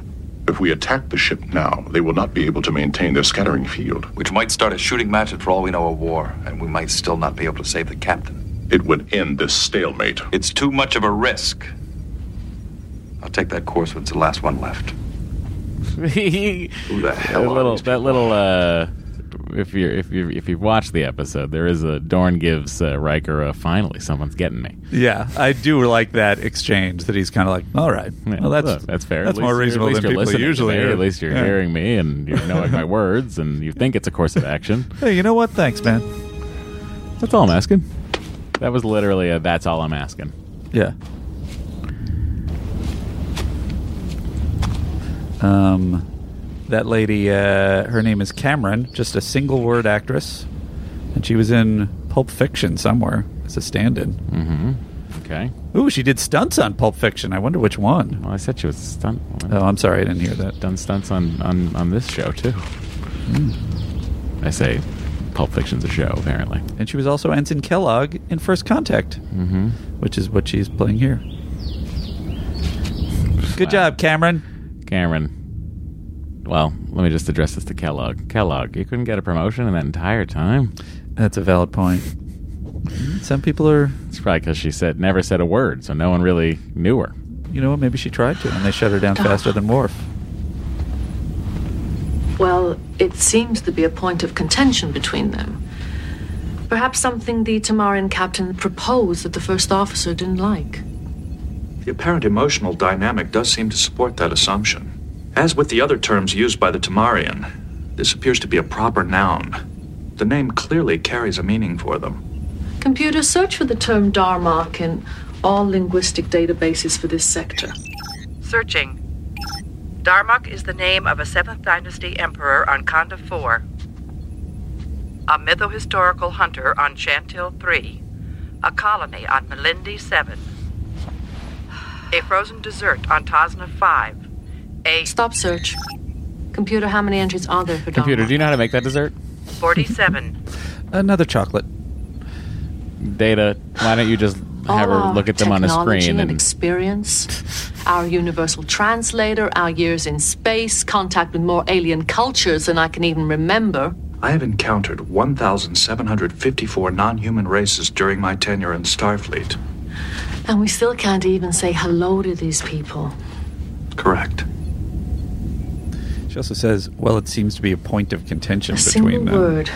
If we attack the ship now, they will not be able to maintain their scattering field. Which might start a shooting match and for all we know a war, and we might still not be able to save the captain. It would end this stalemate. It's too much of a risk. I'll take that course when it's the last one left. Who the hell that are little, that little uh if you're if you if you've watched the episode, there is a Dorn gives uh, Riker a finally someone's getting me. Yeah, I do like that exchange that he's kind of like, all right, Yeah, well, that's look, that's fair. At That's least more you're- at reasonable least than you're people listening to usually me. hear. At least you're Yeah. hearing me and you're <laughs> knowing my words and you think it's a course of action. Hey, you know what? Thanks, man. That's all I'm asking. That was literally a that's all I'm asking. Yeah. Um, that lady, uh, her name is Cameron, just a single word actress, and she was in Pulp Fiction somewhere as a stand-in. Mm-hmm. Okay. Ooh, she did stunts on Pulp Fiction. I wonder which one. Well, I said she was a stunt woman. Oh, I'm sorry, I didn't hear that. Hmm. Done stunts on on on this show too. I say, Pulp Fiction's a show apparently. And she was also Ensign Kellogg in First Contact, Mm-hmm. which is what she's playing here. Good job, Cameron. Cameron. Well, let me just address this to Kellogg. Kellogg, you couldn't get a promotion in that entire time. That's a valid point. Some people are, It's probably because she said never said a word, so no one really knew her. you know what, maybe she tried to, and they shut her down faster than Worf. Well, it seems to be a point of contention between them. Perhaps something the Tamaran captain proposed that the first officer didn't like. The apparent emotional dynamic does seem to support that assumption. As with the other terms used by the Tamarian, this appears to be a proper noun. The name clearly carries a meaning for them. Computers search for the term Darmok in all linguistic databases for this sector. Searching. Darmok is the name of a 7th Dynasty emperor on Khanda 4, a mythohistorical hunter on Chantil 3, a colony on Melindi 7, a frozen dessert on Tasna 5, a. Stop search. Computer, how many entries are there for Computer, do you know how to make that dessert? 47. Another chocolate. Data, why don't you just have her look at them on a technology screen and and experience, our universal translator, our years in space, contact with more alien cultures than I can even remember. I have encountered 1,754 non human races during my tenure in Starfleet. And we still can't even say hello to these people. Correct. She also says, well, it seems to be a point of contention A between single them. word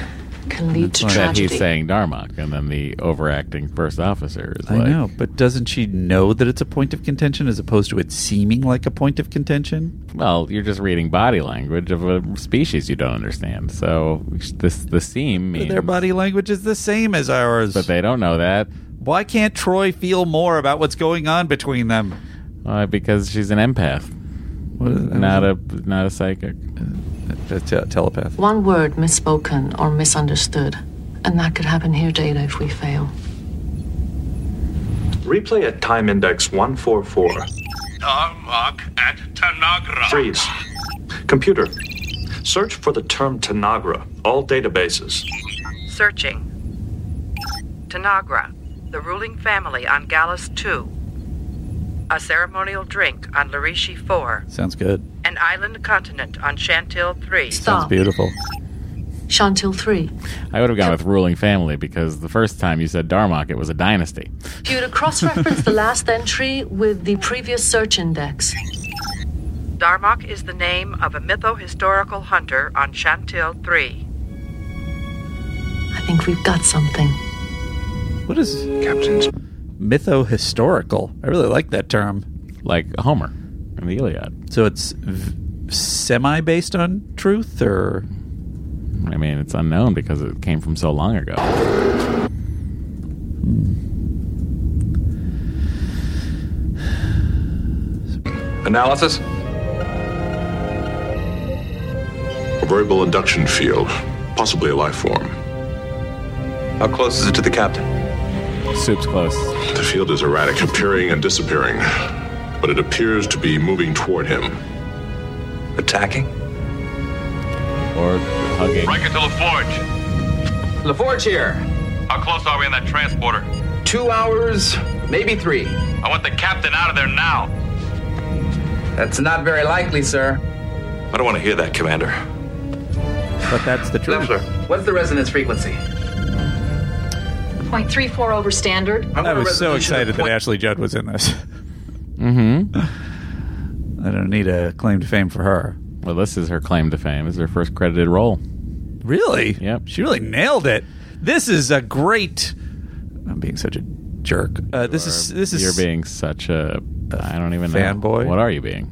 can lead to that tragedy. he's saying Darmok, and then the overacting first officer is I like, know, but doesn't she know that it's a point of contention as opposed to it seeming like a point of contention? "Well, you're just reading body language of a species you don't understand." So this the seam means Their body language is the same as ours. But they don't know that. Why can't Troy feel more about what's going on between them? uh, because she's an empath, not a not a psychic, Uh, a telepath. One word misspoken or misunderstood, and that could happen here, Data, if we fail. Replay at time index 144. Darmok at Tanagra. Freeze. Computer, search for the term Tanagra, all databases. Searching. Tanagra, the ruling family on Gallus 2. A ceremonial drink on Larishi 4. Sounds good. An island continent on Chantil 3. Sounds beautiful. Chantil 3. I would have gone with ruling family because the first time you said Darmok, it was a dynasty. You to cross reference the last <laughs> entry with the previous search index. Darmok is the name of a mytho-historical hunter on Chantil 3. I think we've got something. What is Captain's mytho historical? I really like that term. Like Homer in the Iliad. So it's v- semi based on truth, or I mean, it's unknown because it came from so long ago. Analysis? A verbal induction field, possibly a life form. How close is it to the captain? Soup's close. The field is erratic, appearing and disappearing, but it appears to be moving toward him. Attacking? Or hugging. Riker to LaForge. LaForge here. How close are we on that transporter? Two hours, maybe three. I want the captain out of there now. That's not very likely, sir. I don't want to hear that, Commander. But that's the truth. Leffler, what's the resonance frequency? 0.34 over standard. I was so excited that Ashley Judd was in this. Mm-hmm. I don't need a claim to fame for her. Well, this is her claim to fame. This is her first credited role. Really? Yep. She really nailed it. This is a great. I'm being such a jerk. Uh, this is this is You're being such a. I don't even fanboy. know. What are you being?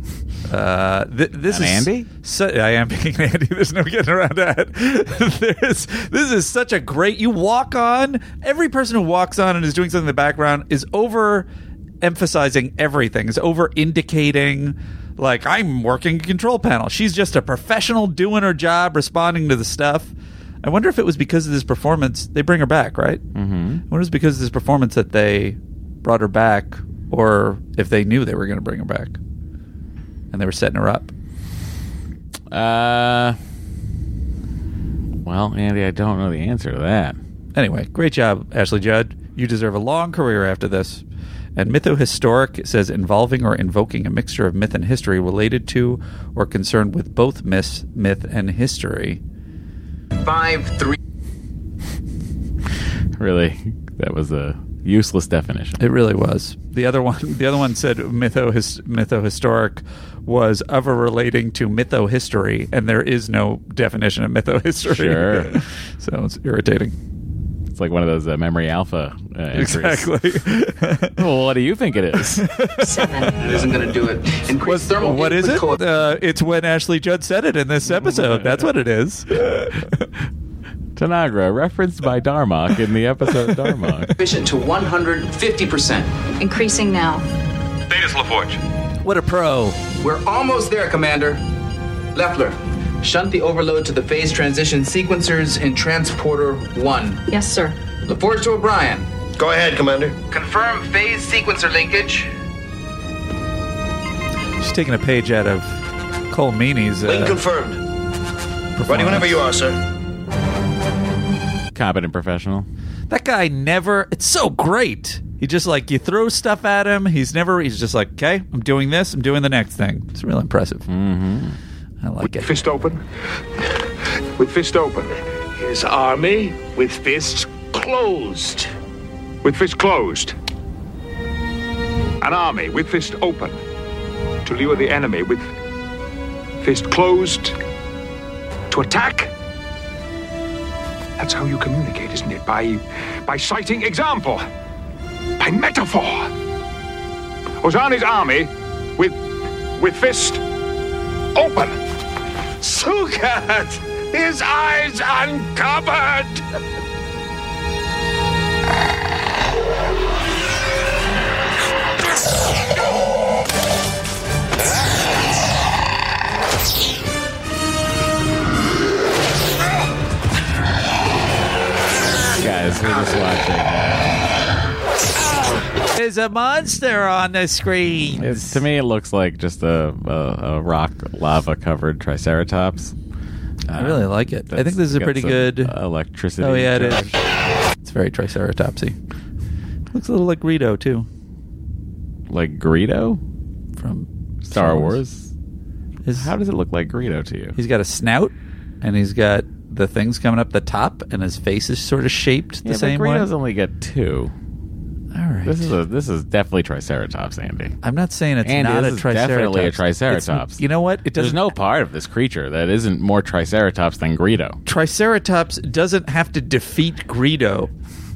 Uh, th- this An is Andy? su- I am <laughs> picking Andy. There's no getting around that. <laughs> There's, this is such a great. You walk on. Every person who walks on and is doing something in the background is over emphasizing everything. Is over indicating. Like I'm working a control panel. She's just a professional doing her job, responding to the stuff. I wonder if it was because of this performance they bring her back, right? Mm-hmm. I wonder if it's because of this performance that they brought her back, or if they knew they were going to bring her back, and they were setting her up. Uh, well, Andy, I don't know the answer to that. Anyway, great job, Ashley Judd. You deserve a long career after this. And mytho-historic says involving or invoking a mixture of myth and history related to or concerned with both myth, myth and history. Five, three. <laughs> Really, that was a useless definition. It really was. The other one, the other one said mytho mytho-historic was of or relating to mytho-history, and there is no definition of mytho-history. Sure. <laughs> so it's irritating. It's like one of those uh, memory alpha uh, entries. Exactly. <laughs> well, what do you think it is? It isn't going to do it. Increase thermal. What is it? Uh, it's when Ashley Judd said it in this episode. That's what it <laughs> is. <laughs> Tanagra, referenced by Darmok in the <laughs> episode Darmok. Efficient to 150%. Increasing now. Thetis LaForge. What a pro. We're almost there, Commander. Leffler, shunt the overload to the phase transition sequencers in Transporter 1. Yes, sir. LaForge to O'Brien. Go ahead, Commander. Confirm phase sequencer linkage. She's taking a page out of Cole Meany's. Uh, Link confirmed. Ready performance. whenever you are, sir. Competent professional. That guy never. It's so great. He just like you throw stuff at him. He's never. He's just like, okay, I'm doing this. I'm doing the next thing. It's really impressive. Mm-hmm. I like it. Fist open. With fist open. his army with fists closed. With fist closed. An army with fist open. To lure the enemy with fist closed. To attack. That's how you communicate, isn't it? By by citing example. By metaphor. Ozani's army with with fist open. Sukat, his eyes uncovered. Guys, we're just watching. There's a monster on the screen. It's, to me, it looks like just a, a, a rock lava covered Triceratops. Uh, I really like it. I think this is a pretty good electricity. Oh yeah, it is. charge. It's very Triceratopsy. Looks a little like Greedo too. Like Greedo from Star Star Wars. How does it look like Greedo to you? He's got a snout, and he's got the things coming up the top, and his face is sort of shaped the Yeah, but same way. Greedos only get two. All right. This is a this is definitely Triceratops, Andy. I'm not saying it's Andy, not this a is Triceratops. definitely a It's- Triceratops. you know what? It There's doesn't. no part of this creature that isn't more Triceratops than Greedo. Triceratops doesn't have to defeat Greedo.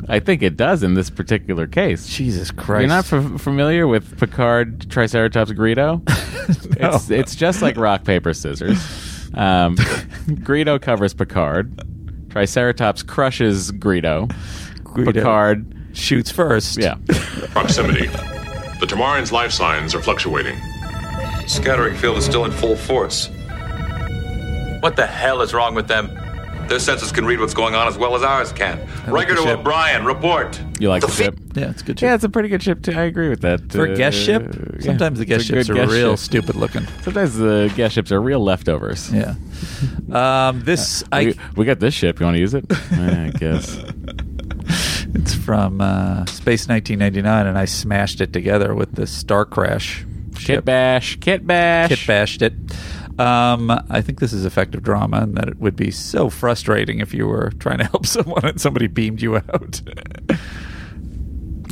I think it does in this particular case. Jesus Christ! You're not f- familiar with Picard Triceratops <laughs> Greedo? it's, it's just like rock, paper, scissors. <laughs> Um, Greedo covers Picard. Triceratops crushes Greedo. Picard shoots first. Yeah. Proximity. The Tamarans' life signs are fluctuating. Scattering field is still in full force. What the hell is wrong with them? Their sensors can read what's going on as well as ours can. Riker to O'Brien, report. You like the, ship? Yeah, it's good. Yeah, it's a pretty good ship too. I agree with that. Uh, For a guest ship? yeah. Sometimes the guest It's a good ships are real ship. stupid looking. Sometimes the guest ships are real leftovers. Uh, Yeah. Um, this I we, we got this ship. You want to use it? <laughs> Eh, I guess. It's from uh, Space 1999, and I smashed it together with the Star Crash. Kit bash, kit bash, kit bashed it. Um, I think this is effective drama, and that it would be so frustrating if you were trying to <laughs> help someone and somebody beamed you out.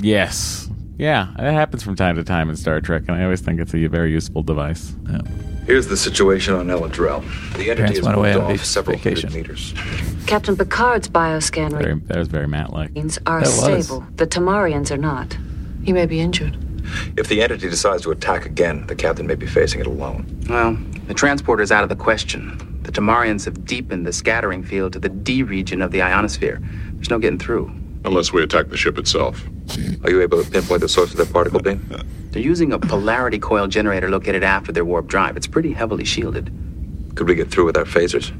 Yes. Yeah, that happens from time to time in Star Trek, and I always think it's a very useful device. Here's the situation on Eladrell. The Parents entity is went away moved on a off beach several hundred meters. Captain Picard's bioscan Very, that was very Matt-like. readings are That was. stable. The Tamarians are not. He may be injured. If the entity decides to attack again, the captain may be facing it alone. Well, the transporter is out of the question. The Tamarians have deepened the scattering field to the D region of the ionosphere. There's no getting through. Unless we attack the ship itself. Are you able to pinpoint the source of that particle beam? They're using a polarity coil generator located after their warp drive. It's pretty heavily shielded. Could we get through with our phasers?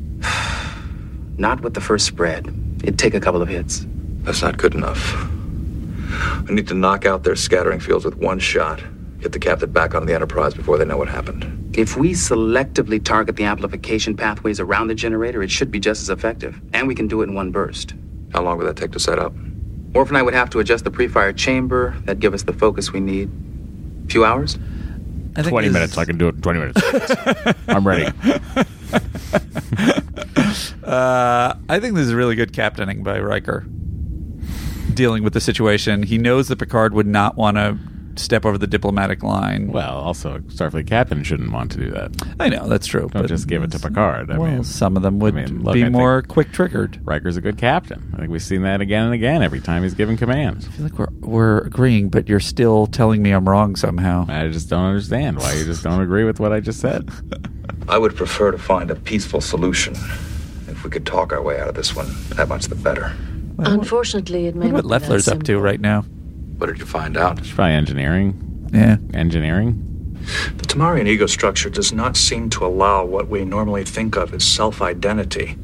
<sighs> Not with the first spread. It'd take a couple of hits. That's not good enough. I need to knock out their scattering fields with one shot. Get the captain back on the Enterprise before they know what happened. If we selectively target the amplification pathways around the generator, it should be just as effective. And we can do it in one burst. How long would that take to set up? Worf and I would have to adjust the pre-fire chamber. That'd give us the focus we need. few hours? I think 20 this- minutes. I can do it in <laughs> 20 minutes. I'm ready. Uh, I think this is really good captaining by Riker. Dealing with the situation, he knows that Picard would not want to step over the diplomatic line. Well, also Starfleet captain shouldn't want to do that. I know that's true. Don't just give it to Picard. I well, mean, some of them would look, be I think more quick triggered. Riker's a good captain. I think we've seen that again and again every time he's given command. I feel like we're we're agreeing, but you're still telling me I'm wrong somehow. I just don't understand why you just don't agree with what I just said. I would prefer to find a peaceful solution. If we could talk our way out of this one, that much the better. Unfortunately, it may What not be that Leffler's up simple. to right now? What did you find out? It's probably engineering. Yeah. Engineering. The Tamarian ego structure does not seem to allow what we normally think of as self identity.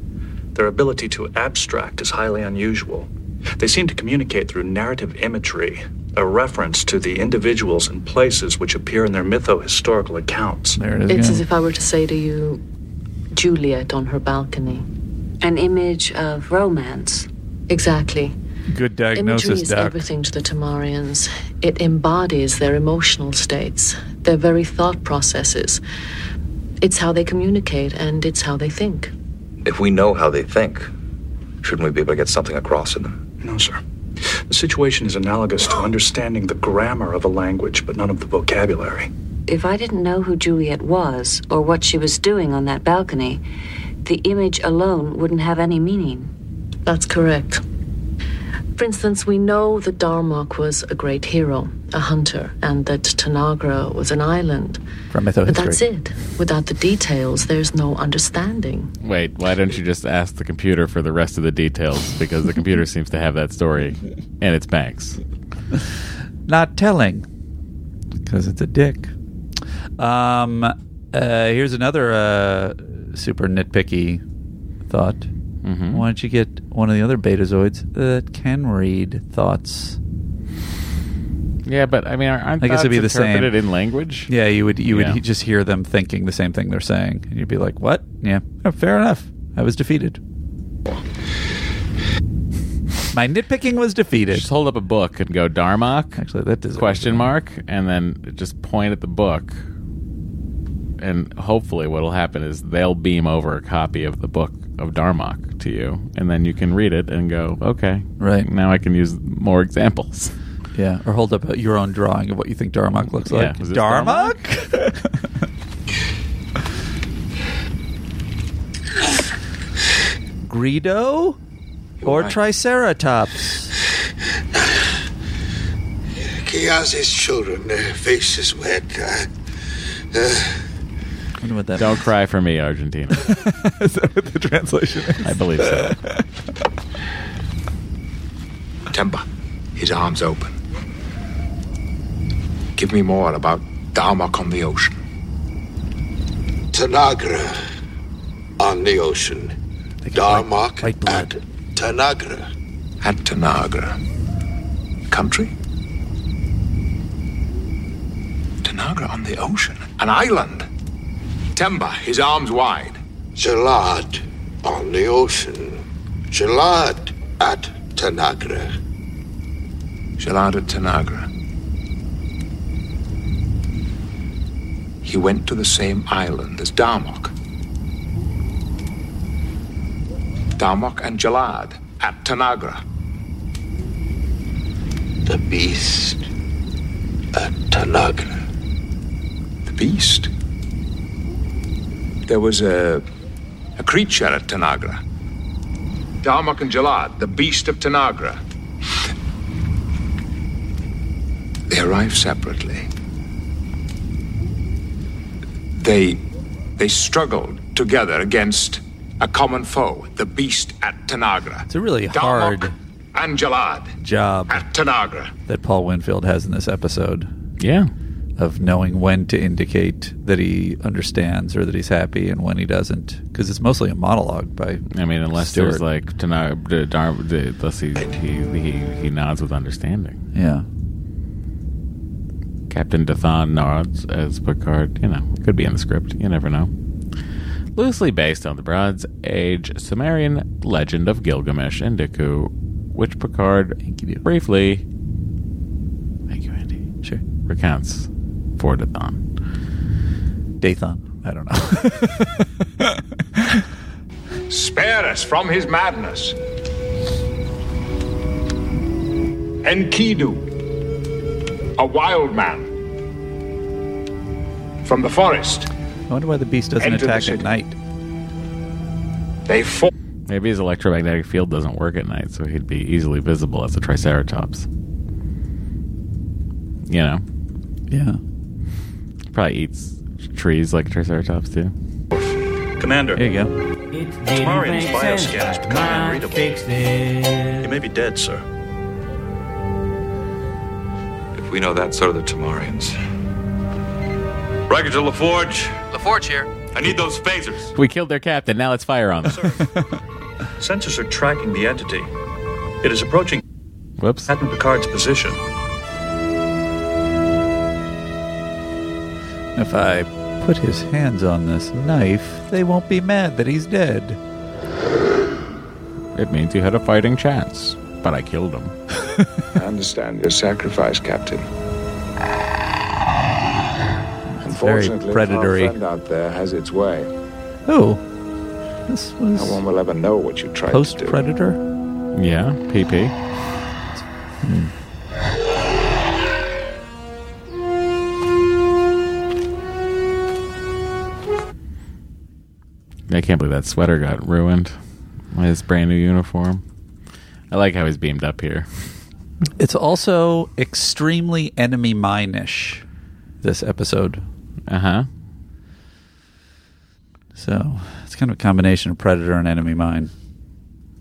Their ability to abstract is highly unusual. They seem to communicate through narrative imagery, a reference to the individuals and places which appear in their mytho-historical accounts. There It's as if I were to say to you, Juliet on her balcony. An image of romance. Exactly. Good Imagery diagnosis, is Doc. everything to the Tamarians. It embodies their emotional states, their very thought processes. It's how they communicate and it's how they think. If we know how they think, Shouldn't we be able to get something across in them? No, sir. The situation is analogous to understanding the grammar of a language, but none of the vocabulary. If I didn't know who Juliet was or what she was doing on that balcony, the image alone wouldn't have any meaning. That's correct. For instance, we know that Darmok was a great hero, a hunter, and that Tanagra was an island. From but that's it. Without the details, there's no understanding. Wait, why don't you just ask the computer for the rest of the details? Because the computer seems to have that story and its banks. Not telling. Because it's a dick. Um, uh, here's another uh, super nitpicky thought. Why don't you get one of the other betazoids that can read thoughts? Yeah, but I mean, aren't I guess it'd be the thoughts same. interpreted in language? Yeah, you would. You would Yeah. he- just hear them thinking the same thing they're saying, and you'd be like, "What? Yeah, oh, fair enough. I was defeated. My nitpicking was defeated." Just hold up a book and go Darmok. Actually, that does question mark, and then just point at the book. And hopefully, what'll happen is they'll beam over a copy of the book of Darmok to you, and then you can read it and go, okay, Right. now I can use more examples. Yeah, or hold up a, your own drawing of what you think Darmok looks Yeah, like. is this Darmok? Greedo or Triceratops? Kiazi's children, their faces wet. Uh, uh, wonder what that Don't cry for me, Argentina. <laughs> is that what the translation is? I believe so. Temba, his arms open. Give me more about Darmok on the ocean. Tanagra on the ocean. Darmok at Tanagra. At Tanagra. Country? Tanagra on the ocean. An island. Temba, his arms wide. Jalad on the ocean. Jalad at Tanagra. Jalad at Tanagra. He went to the same island as Darmok. Darmok and Jalad at Tanagra. The beast at Tanagra. The beast. There was a a creature at Tanagra. Darmok and Jalad, the beast of Tanagra. They arrived separately. They they struggled together against a common foe, the beast at Tanagra. It's a really Darmok hard and Jalad job at Tanagra. that Paul Winfield has in this episode. Yeah. Of knowing when to indicate that he understands or that he's happy and when he doesn't. Because it's mostly a monologue by. I mean, unless there's Stewart. like Tanagra, Darm, unless he, he, he, he nods with understanding. Yeah. Captain Dathan nods as Picard, you know, could be in the script. You never know. Loosely based on the Bronze Age Sumerian legend of Gilgamesh and Dooku, which Picard briefly, thank you, Andy, sure, recounts for Dathan. Dathan, I don't know. <laughs> Spare us from his madness. Enkidu, a wild man from the forest. I wonder why the beast doesn't Enter the attack city. at night. They fought. <laughs> Maybe his electromagnetic field doesn't work at night, so he'd be easily visible as a Triceratops. You know, Yeah. probably eats trees like a Triceratops too. Commander. Here you go. Tamarian's make bioscan has become unreadable. He may be dead, sir. If we know that, so do the Tamarians. Riker to LaForge. LaForge here. I need those phasers. We killed their captain. Now let's fire on them. Sensors are tracking the entity. It is approaching <laughs> Whoops. Captain Picard's position. If I put his hands on this knife, they won't be mad that he's dead. It means you had a fighting chance, but I killed him. I understand your sacrifice, Captain. very Unfortunately, predatory. our friend out there has its way. Oh, This was. No one will ever know what you tried Post to do. Predator? Yeah, Hmm. PP. I can't believe that sweater got ruined by his brand new uniform. I like how he's beamed up here. It's also extremely enemy mine-ish, this episode. Uh huh. So it's kind of a combination of Predator and Enemy Mine.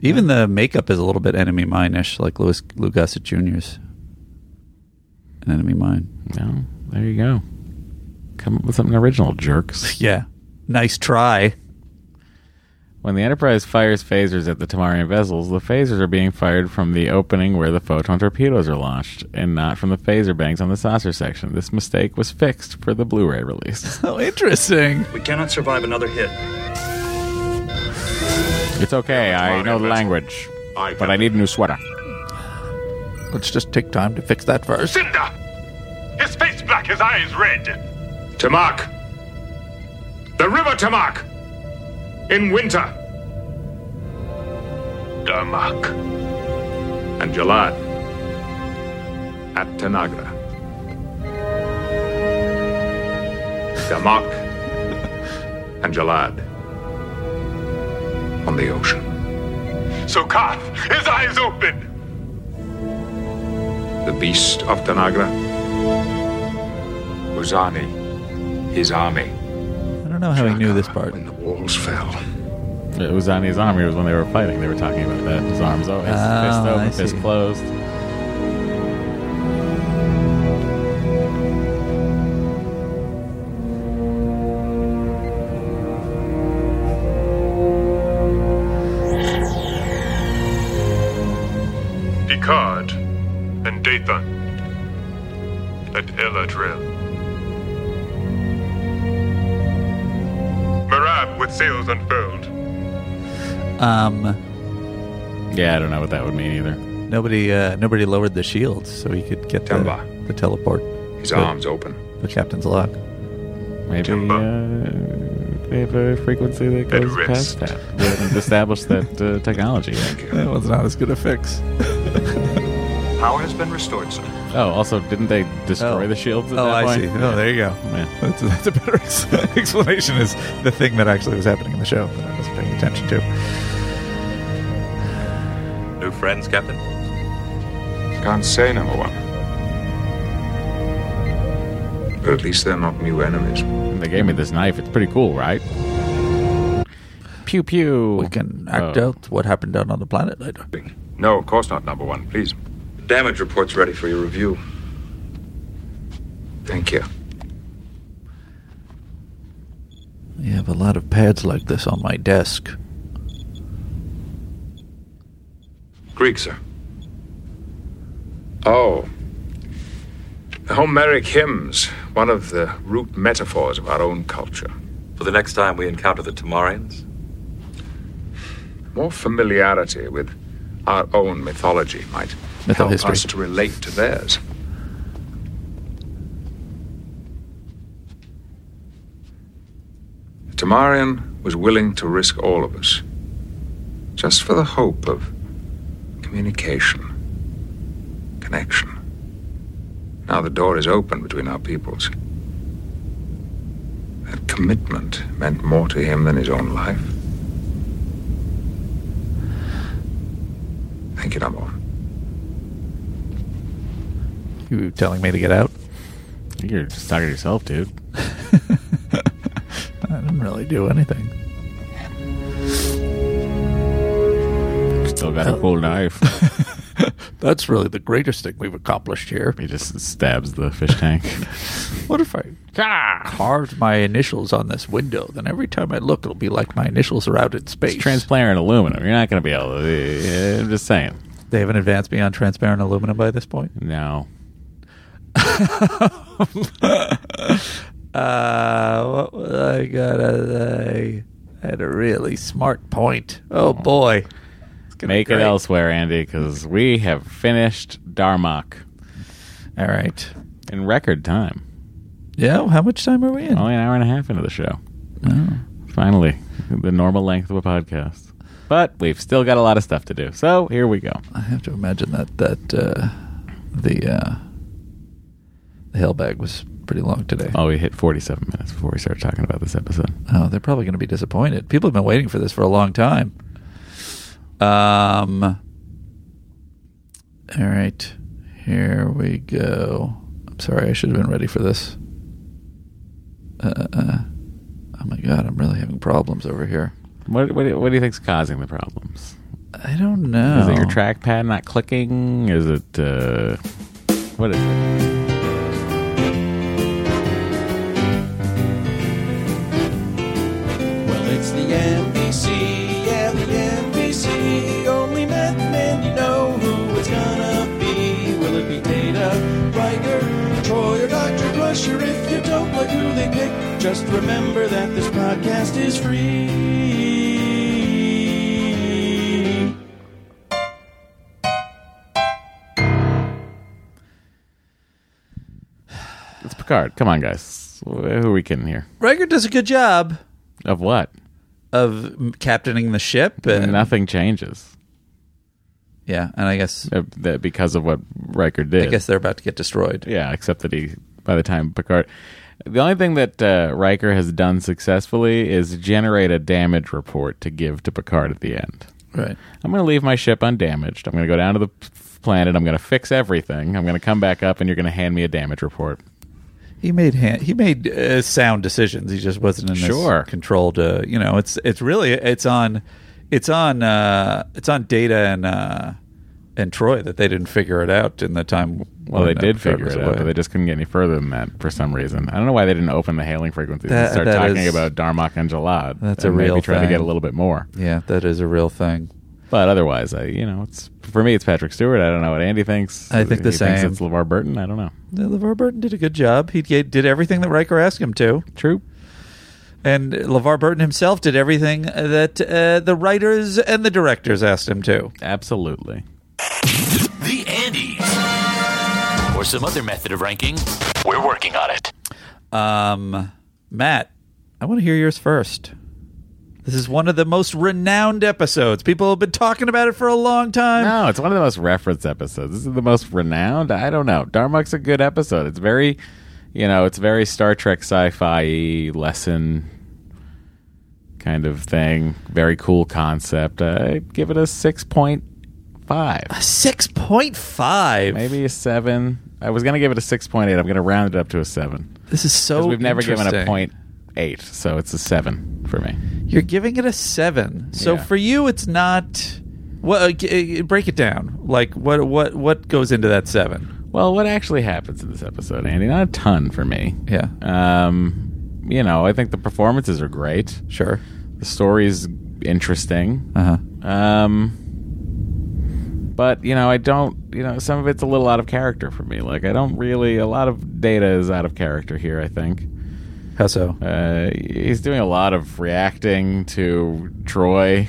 Even the makeup is a little bit Enemy Mine-ish, like Louis Lou Gossett Jr.'s. An Enemy Mine. No, there you go. Come up with something original, jerks. Yeah. Nice try. <laughs> When the Enterprise fires phasers at the Tamarian vessels, the phasers are being fired from the opening where the photon torpedoes are launched, and not from the phaser banks on the saucer section. This mistake was fixed for the Blu ray <laughs> release. Oh, interesting. We cannot survive another hit. It's okay, I know the language, but I need a new sweater. Let's just take time to fix that first. Cinder! His face black, his eyes red. Tamak! The river Tamak! In winter! Darmok. And Jalad. At Tanagra. Damak. and Jalad. On the ocean. Sokath, his eyes open. The beast of Tanagra. Uzani. His army. I don't know how he knew this part. Walls fell. It was on his arm. It was when they were fighting. They were talking about that. His arms always Oh, fist I open, fist see. closed. Picard and Dathan at Eladril. Marab with sails unfurled. Um, Yeah, I don't know what that would mean either. nobody, uh, nobody lowered the shields so he could get the, the teleport. His The- arms open. The captain's log. Maybe uh, they have a frequency that goes past that. We haven't established that uh, technology yet. <laughs> That was not as good a fix. Power has been restored, sir. Oh, also, didn't they destroy Oh. the shields at oh, that I point? see. Oh, there you go. <laughs> That's, that's a better ex- <laughs> explanation. Is the thing that actually was happening in the show that I was paying attention to. New friends, Captain? Can't say number one. But at least they're not new enemies. They gave me this knife. It's pretty cool, right? Pew pew. We can act Oh. out what happened down on the planet later. No, of course not number one, please. Damage report's ready for your review. Thank you. I have a lot of pads like this on my desk. Greek, sir. Oh. The Homeric hymns, one of the root metaphors of our own culture. For the next time we encounter the Tamarians? More familiarity with our own mythology might help Mytho-history. us to relate to theirs. The Tamarian was willing to risk all of us, just for the hope of communication, connection. Now the door is open between our peoples. That commitment meant more to him than his own life. Thank you, Number One. You telling me to get out? You're just talking to yourself, <laughs> dude. I didn't really do anything. Still got a cool knife. <laughs> That's really the greatest thing we've accomplished here. He just stabs the fish tank. <laughs> What if I carved my initials on this window? Then every time I look, it'll be like my initials are out in space. It's transparent aluminum. You're not going to be able to. I'm just saying. they haven't advanced beyond transparent aluminum by this point. No. Uh, what was I gonna say? I had a really smart point. Oh boy, Make it elsewhere, Andy, because we have finished Darmok. All right. In record time. yeah. How much time are we in? Only an hour and a half into the show. Oh. Finally, the normal length of a podcast. But we've still got a lot of stuff to do. So here we go. I have to imagine that that uh, the uh, the hail bag was pretty long today. Oh, we hit 47 minutes before we start talking about this episode. Oh, they're probably going to be disappointed. People have been waiting for this for a long time. Um. All right, here we go. I'm sorry, I should have been ready for this. Uh, uh, oh my god, I'm really having problems over here. What what, do- what do you think's causing the problems? I don't know. Is it your trackpad not clicking? Is it uh, what is it? Well, it's the NPC, yeah, the NPC. Only Meth Men, you know who it's gonna be. Will it be Data, Riker, Troy, or Dr. Crusher? If you don't like who they pick, just remember that this podcast is free. It's Picard. Come on, guys. Who are we kidding here? Riker does a good job Of what? of captaining the ship, and Nothing changes. Uh, Yeah, and I guess that because of what Riker did. I guess they're about to get destroyed. Yeah, except that he by the time Picard the only thing that uh, Riker has done successfully is generate a damage report to give to Picard at the end. Right. I'm going to leave my ship undamaged. I'm going to go down to the p- planet. I'm going to fix everything. I'm going to come back up, and you're going to hand me a damage report. He made hand, he made uh, sound decisions. He just wasn't in Sure. this controlled. Uh, you know, it's it's really it's on it's on uh, it's on Data and uh, and Troy that they didn't figure it out in the time. Well, when, they uh, did Picard figure was it out, away. but they just couldn't get any further than that for some reason. I don't know why they didn't open the hailing frequencies That- and start that talking is- about Darmok and Jalad. That's and a real Maybe try to thing. get a little bit more. Yeah, that is a real thing. But otherwise, I you know, it's for me, it's Patrick Stewart. I don't know what Andy thinks. I think the He thinks same. it's LeVar Burton. I don't know. Yeah, LeVar Burton did a good job. He ga- did everything that Riker asked him to. True. And LeVar Burton himself did everything that uh, the writers and the directors asked him to. Absolutely. The Andes. Or some other method of ranking. We're working on it. Um, Matt, I want to hear yours first. This is one of the most renowned episodes. People have been talking about it for a long time. No, it's one of the most referenced episodes. This is the most renowned. I don't know. Darmok's a good episode. It's very, you know, it's very Star Trek sci-fi lesson kind of thing. Very cool concept. Uh, I give it a six point five. A six point five. Maybe a seven. I was gonna give it a six point eight. I'm gonna round it up to a seven. This is so 'Cause we've never given a interesting. point eight, so it's a seven for me. You're giving it a seven. So Yeah. for you, it's not. Well, uh, g- uh, break it down. Like what? What? What goes into that seven? Well, what actually happens in this episode, Andy? Not a ton for me. Yeah. Um, you know, I think the performances are great. Sure. The story's interesting. Uh huh. Um, but you know, I don't. You know, some of it's a little out of character for me. Like, I don't really. A lot of data is out of character here. I think. How so? Uh, he's doing a lot of reacting to Troy.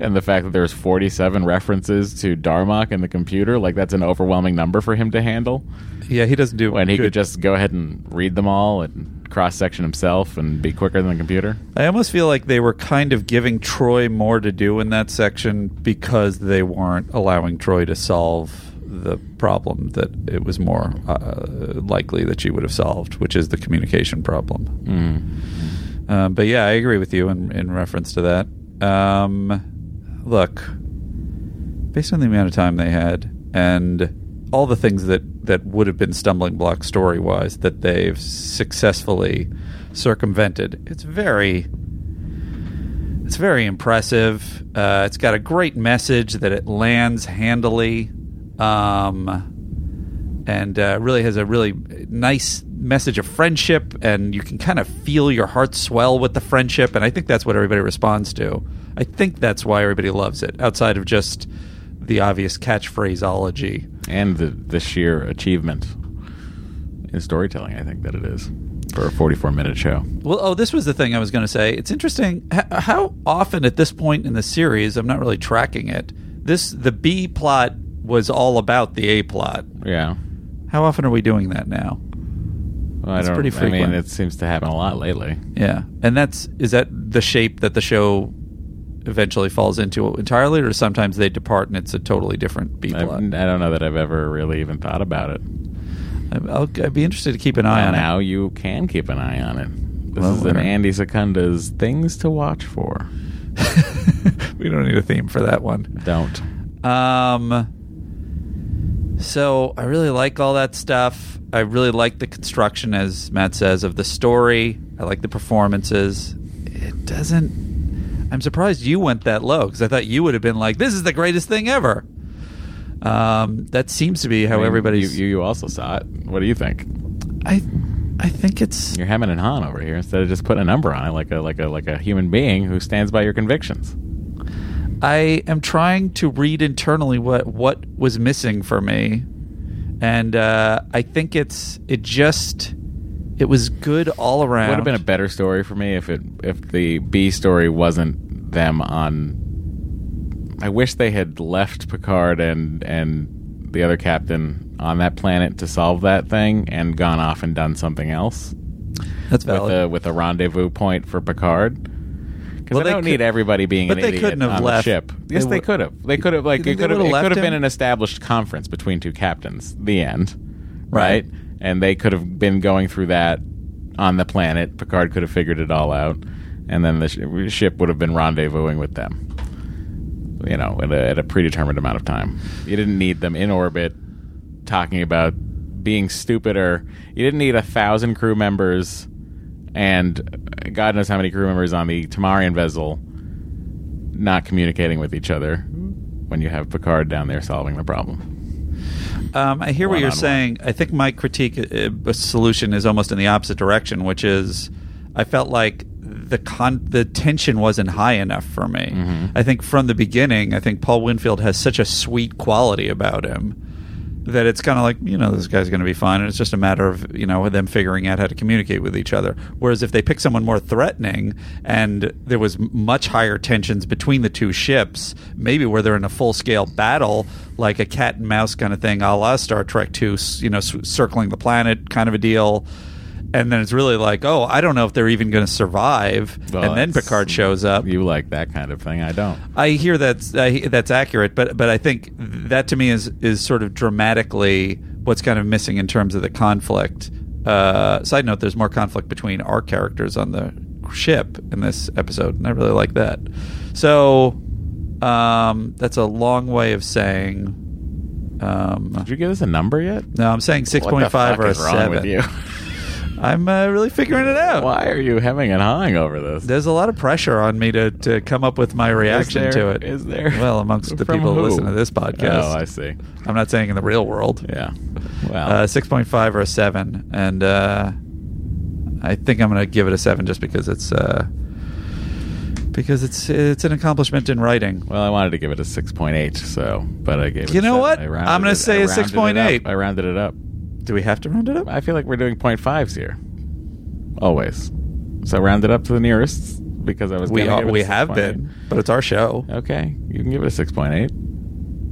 And the fact that there's 47 references to Darmok in the computer, like that's an overwhelming number for him to handle. Yeah, he doesn't do. When he good- could just go ahead and read them all and cross section himself and be quicker than the computer. I almost feel like they were kind of giving Troy more to do in that section because they weren't allowing Troy to solve the problem that it was more uh, likely that she would have solved, which is the communication problem. Hmm. Um, but yeah, I agree with you in, in reference to that. Um, look, based on the amount of time they had and all the things that, that would have been stumbling blocks story wise that they've successfully circumvented, it's very it's very impressive. Uh, it's got a great message that it lands handily, um, and uh, really has a really nice message of friendship. And you can kind of feel your heart swell with the friendship. And I think that's what everybody responds to. I think that's why everybody loves it, outside of just the obvious catchphraseology. And the, the sheer achievement in storytelling, I think that it is for a 44 minute show. Well, oh, this was the thing I was going to say. It's interesting h- how often at this point in the series, I'm not really tracking it. This the B plot was all about the A plot. Yeah. How often are we doing that now? Well, I It's don't, pretty I frequent. mean, it seems to happen a lot lately. Yeah, and that's is that the shape that the show eventually falls into entirely, or sometimes they depart and it's a totally different B I, I plot. don't know that I've ever really even thought about it. I'll, I'd be interested to keep an eye Well, on it. now you can keep an eye on it. This Well, is an whatever. Andy Secunda's things to watch for. <laughs> we don't need a theme for that one. Don't. Um, so I really like all that stuff. I really like the construction, as Matt says, of the story. I like the performances. It doesn't. I'm surprised you went that low because I thought you would have been like, "This is the greatest thing ever." Um, that seems to be how I mean, everybody's. You, you also saw it. What do you think? I, I think it's you're hemming and hawing over here instead of just putting a number on it, like a like a like a human being who stands by your convictions. I am trying to read internally what what was missing for me, and uh, I think it's it just it was good all around. Would have been a better story for me if it if the B story wasn't them on. I wish they had left Picard and and the other captain on that planet to solve that thing and gone off and done something else. That's valid. With a, with a rendezvous point for Picard. Because Well, I they don't could- need everybody being but an they idiot couldn't have on left. the ship. Yes, They they, would- could have. They could have like You think it they could have would have it could left have been him? an established conference between two captains. The end, right? And they could have been going through that on the planet. Picard could have figured it all out, and then the sh- ship would have been rendezvousing with them. You know, at a, at a predetermined amount of time. You didn't need them in orbit talking about being stupid or you didn't need a thousand crew members and God knows how many crew members on the Tamarian vessel not communicating with each other when you have Picard down there solving the problem. Um, I hear what you're One-on-one. saying. I think my critique uh, uh, solution is almost in the opposite direction, which is I felt like the con- the tension wasn't high enough for me. I think from the beginning, I think Paul Winfield has such a sweet quality about him that it's kind of like you know this guy's going to be fine, and it's just a matter of you know them figuring out how to communicate with each other. Whereas if they pick someone more threatening and there was m- much higher tensions between the two ships, maybe where they're in a full scale battle, like a cat and mouse kind of thing, a la Star Trek Two, s- you know, s- circling the planet kind of a deal. And then it's really like, oh, I don't know if they're even going to survive. Well, and then that's- Picard shows up. You like that kind of thing? I don't. I hear that's I, that's accurate, but but I think that to me is is sort of dramatically what's kind of missing in terms of the conflict. Uh, side note: There's more conflict between our characters on the ship in this episode, and I really like that. So um, that's a long way of saying. Um, Did you give us a number yet? No, I'm saying six point five or a is wrong seven. with you? <laughs> I'm uh, really figuring it out. Why are you hemming and hawing over this? There's a lot of pressure on me to, to come up with my reaction Is there- to it. is there? Well, <laughs> amongst the From people who who? listen to this podcast. Oh, I see. I'm not saying in the real world. Yeah. Well, uh, 6.5 or a 7. And uh, I think I'm going to give it a 7 just because it's. Uh, because it's it's an accomplishment in writing. Well, I wanted to give it a six point eight, so but I gave it. You a know seven. what? I rounded I'm gonna it- say I a rounded it 6.8. up. I rounded it up. Do we have to round it up? I feel like we're doing point fives here, always. So round it up to the nearest because I was. We gonna are- give it a we have 6.8. been, but it's our show. Okay, you can give it a six point eight.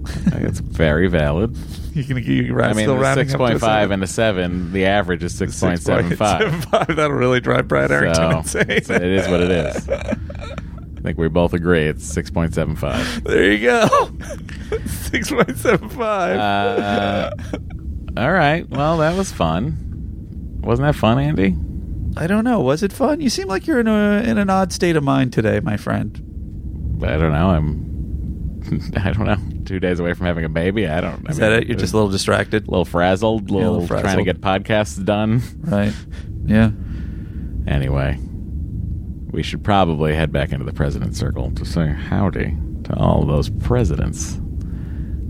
I think it's very valid. <laughs> You can you round, I mean, still the rounding six up to a point five seven. and a seven. The average is six point seven five. 6.75. <laughs> That'll really drive Brad Arrington So, insane. it's- it is what <laughs> it is. I think we both agree it's six point seven five. There you go. <laughs> 6.75. Uh, all right. Well, that was fun. Wasn't that fun, Andy? I don't know. Was it fun? You seem like you're in a in an odd state of mind today, my friend. I don't know. I'm. <laughs> I don't know. Two days away from having a baby. I don't. I Is that it? You're just a little distracted, a little frazzled, a Yeah, a little, little frazzled. trying to get podcasts done. Right. Yeah. Anyway, we should probably head back into the president's circle to say howdy to all those presidents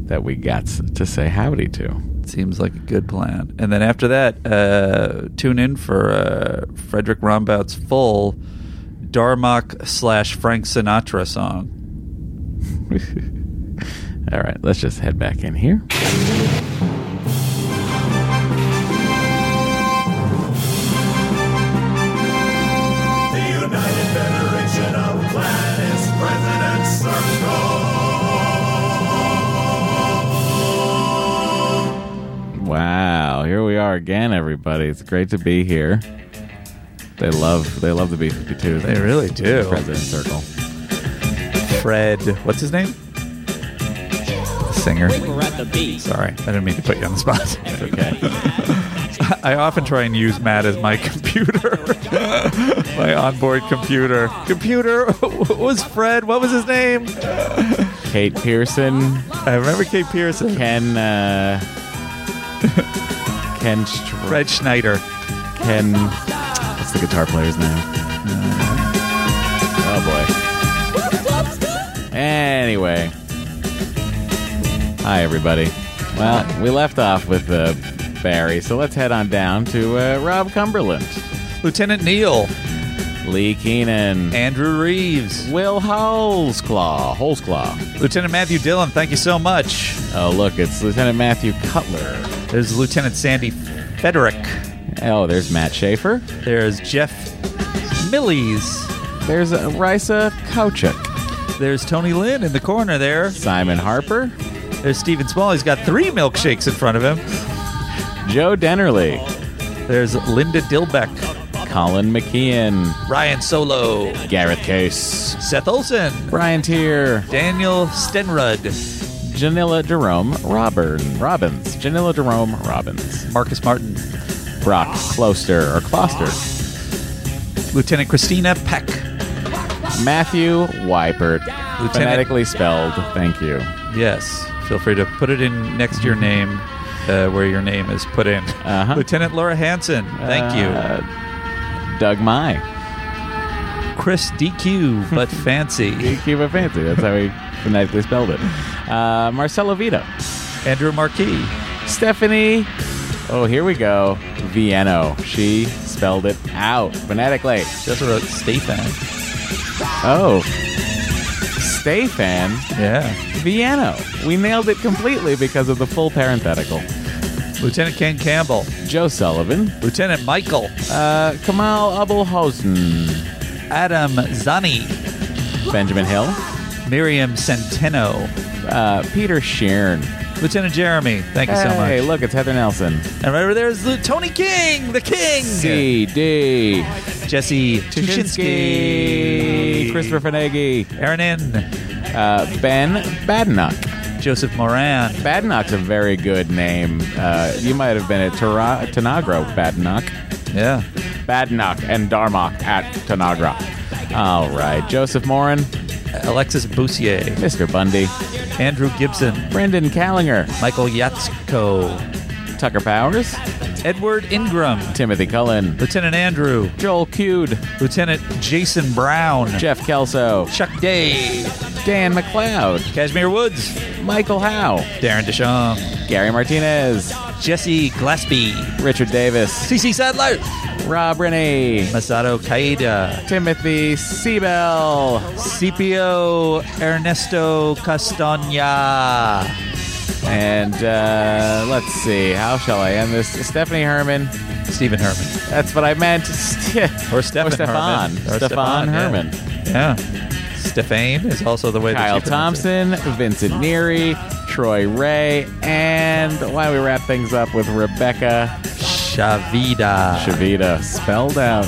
that we got to say howdy to. Seems like a good plan. And then after that, uh, tune in for uh, Frederick Rombaut's full Darmok slash Frank Sinatra <laughs> song. All right, let's just head back in here. The United Federation of Planets President's Circle. Wow, here we are again, everybody. It's great to be here. They love they love the B 52s. They really do. President Circle. Fred, what's his name? The singer. We were at the beach. Sorry, I didn't mean to put you on the spot. <laughs> It's okay. I often try and use Matt as my computer, <laughs> my onboard computer. Computer, <laughs> what was Fred? What was his name? Kate Pearson. I remember Kate Pearson. Ken. <laughs> Uh, Ken. Str- Fred Schneider. Ken. What's the guitar player's name? Uh, Oh boy. Anyway. Hi everybody. Well, we left off with uh, Barry, so let's head on down to uh, Rob Cumberland, Lieutenant Neal, Lee Keenan, Andrew Reeves, Will Holesclaw, Holesclaw. Lieutenant Matthew Dillon. Thank you so much. Oh look, it's Lieutenant Matthew Cutler. There's Lieutenant Sandy Federick. Oh, there's Matt Schaefer. There's Jeff Millies. There's uh, Risa Kowchuk. There's Tony Lynn in the corner there. Simon Harper. There's Stephen Small. He's Uh, got three milkshakes in front of him. Joe Dennerly. There's Linda Dilbeck, Colin McKeon. Ryan Solo, Gareth Case. Seth Olsen, Brian Tier. Daniel Stenrud, Janilla Jerome Robin Robbins. Janilla Jerome Robbins. Marcus Martin, Brock Closter or Closter. Lieutenant Christina Peck, Matthew Weipert. Lieutenant- Phonetically spelled. Thank you. Mm-hmm. Yes. Feel free to put it in next to your name, uh, where your name is put in. Uh-huh. Lieutenant Laura Hansen, thank Uh, Doug Mai. you. Chris DQ, <laughs> but fancy. Cuba Fancy. That's <laughs> how we phonetically spelled it. Uh, Marcelo Vito. Andrew Marquis. Stephanie. Oh, here we go. Vienno. She spelled it out phonetically. Just wrote Stefan. Oh. Stefan Yeah. Vienno. We nailed it completely because of the full parenthetical. Lieutenant Ken Campbell. Joe Sullivan. Lieutenant Michael. Uh, Kamal Abulhausen. Adam Zani. Benjamin Hill. Miriam Centeno. Uh, Peter Shearn. Lieutenant Jeremy, thank you so much. Hey, look, it's Heather Nelson. And right over there is Lu- Tony King, the King. CD. Jesse Tushinsky. Tushinsky. Christopher Finegi. Aaron N. Uh, ben Badenoch. Joseph Moran. Badenoch's a very good name. Uh, you might have been at Tara- Tanagro, Badenoch. Yeah. Badenoch and Darmok at Tanagra. All right. Joseph Morin, Alexis Boussier. Mr. Bundy, Andrew Gibson. Brendan Callinger, Michael Yatsko. Tucker Powers, Edward Ingram. Timothy Cullen, Lieutenant Andrew. Joel Cude, Lieutenant Jason Brown. Jeff Kelso, Chuck Day. Dan McLeod, Kashmir Woods. Michael Howe, Darren Deschamps. Gary Martinez, Jesse Gillespie. Richard Davis, CC Sadler. Rob Rennie, Masato Kaida. Timothy Seabell, CPO Ernesto Castaña. and uh, let's see, how shall I end this? Stephanie Herman, Stephen Herman. That's what I meant. <laughs> Or Stefan Oh, Stefan. Herman. Stefan Herman. Yeah. Stefan is also the way that Kyle you pronounce it. Thompson, Vincent Neary, Troy Ray, and why we wrap things up with Rebecca Shavida. Chavita, spelled out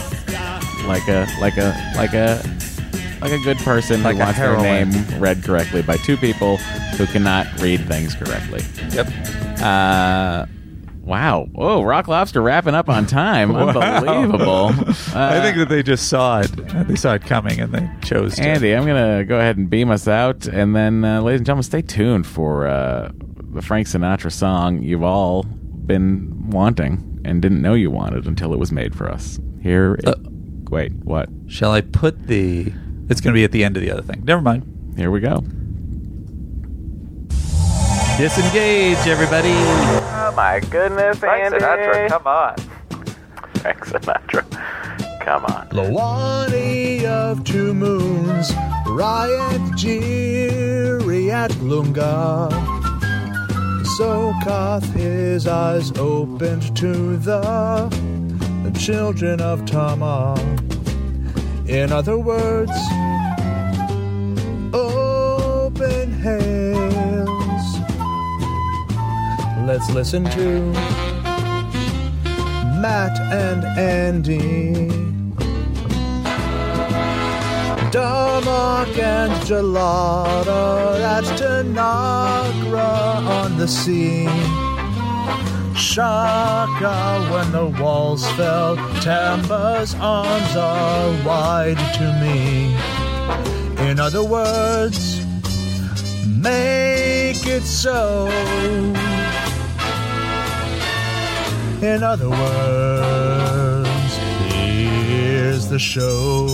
like a like a like a like a good person Like who a wants their heroine. name read correctly by two people who cannot read things correctly. Yep. Uh, wow! Oh, Rock Lobster wrapping up <laughs> on time. Unbelievable. I Uh, think that they just saw it. They saw it coming and they chose to. Andy, I'm going to go ahead and beam us out. And then, uh, ladies and gentlemen, stay tuned for uh, the Frank Sinatra song you've all been wanting and didn't know you wanted until it was made for us. Here. It, Uh. wait, what? Shall I put the. It's going to be at the end of the other thing. Never mind. Here we go. Disengage, everybody. Oh, my goodness, Andy. come on. Frank Sinatra. Come on. Lawani of two moons, riot jeery at Lunga. So Koth his eyes opened to the children of Tama. In other words, open hails. Let's listen to Matt and Andy. Darmok and Gelada at Tanagra on the sea. Shaka when the walls fell, Tamba's arms are wide to me. In other words, make it so. In other words, here's the show.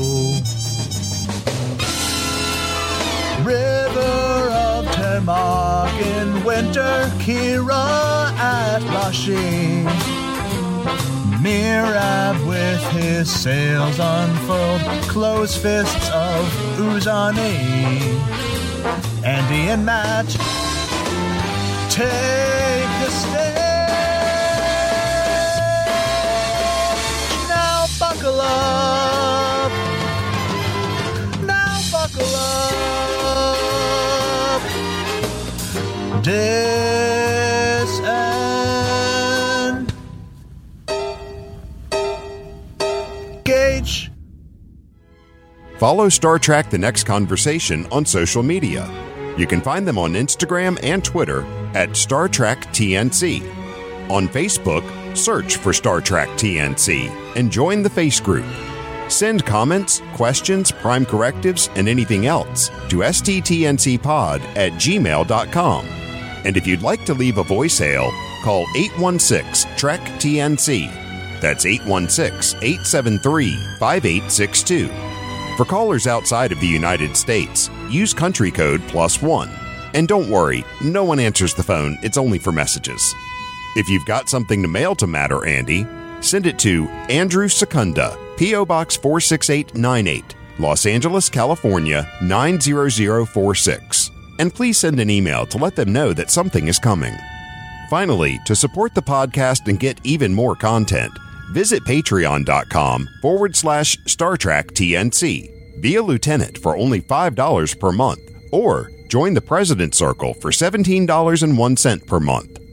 River of Termark in winter, Kira at Lashi. Mirab with his sails unfurled, close fists of Uzani. Andy and Matt take the stage. Now buckle up. Now buckle up. Dis and Gage. Follow Star Trek The Next Conversation on social media. You can find them on Instagram and Twitter at Star Trek TNC. On Facebook, search for Star Trek TNC and join the Face Group. Send comments, questions, prime correctives, and anything else to sttncpod at gmail.com. And if you'd like to leave a voicemail, call 816 Trek TNC. That's 816 873 5862. For callers outside of the United States, use country code plus one. And don't worry, no one answers the phone, it's only for messages. If you've got something to mail to Matt or Andy, send it to Andrew Secunda, P.O. Box 46898, Los Angeles, California 90046. And please send an email to let them know that something is coming. Finally, to support the podcast and get even more content, visit patreon.com forward slash Star Trek TNC. Be a lieutenant for only $5 per month, or join the President's Circle for $17.01 per month.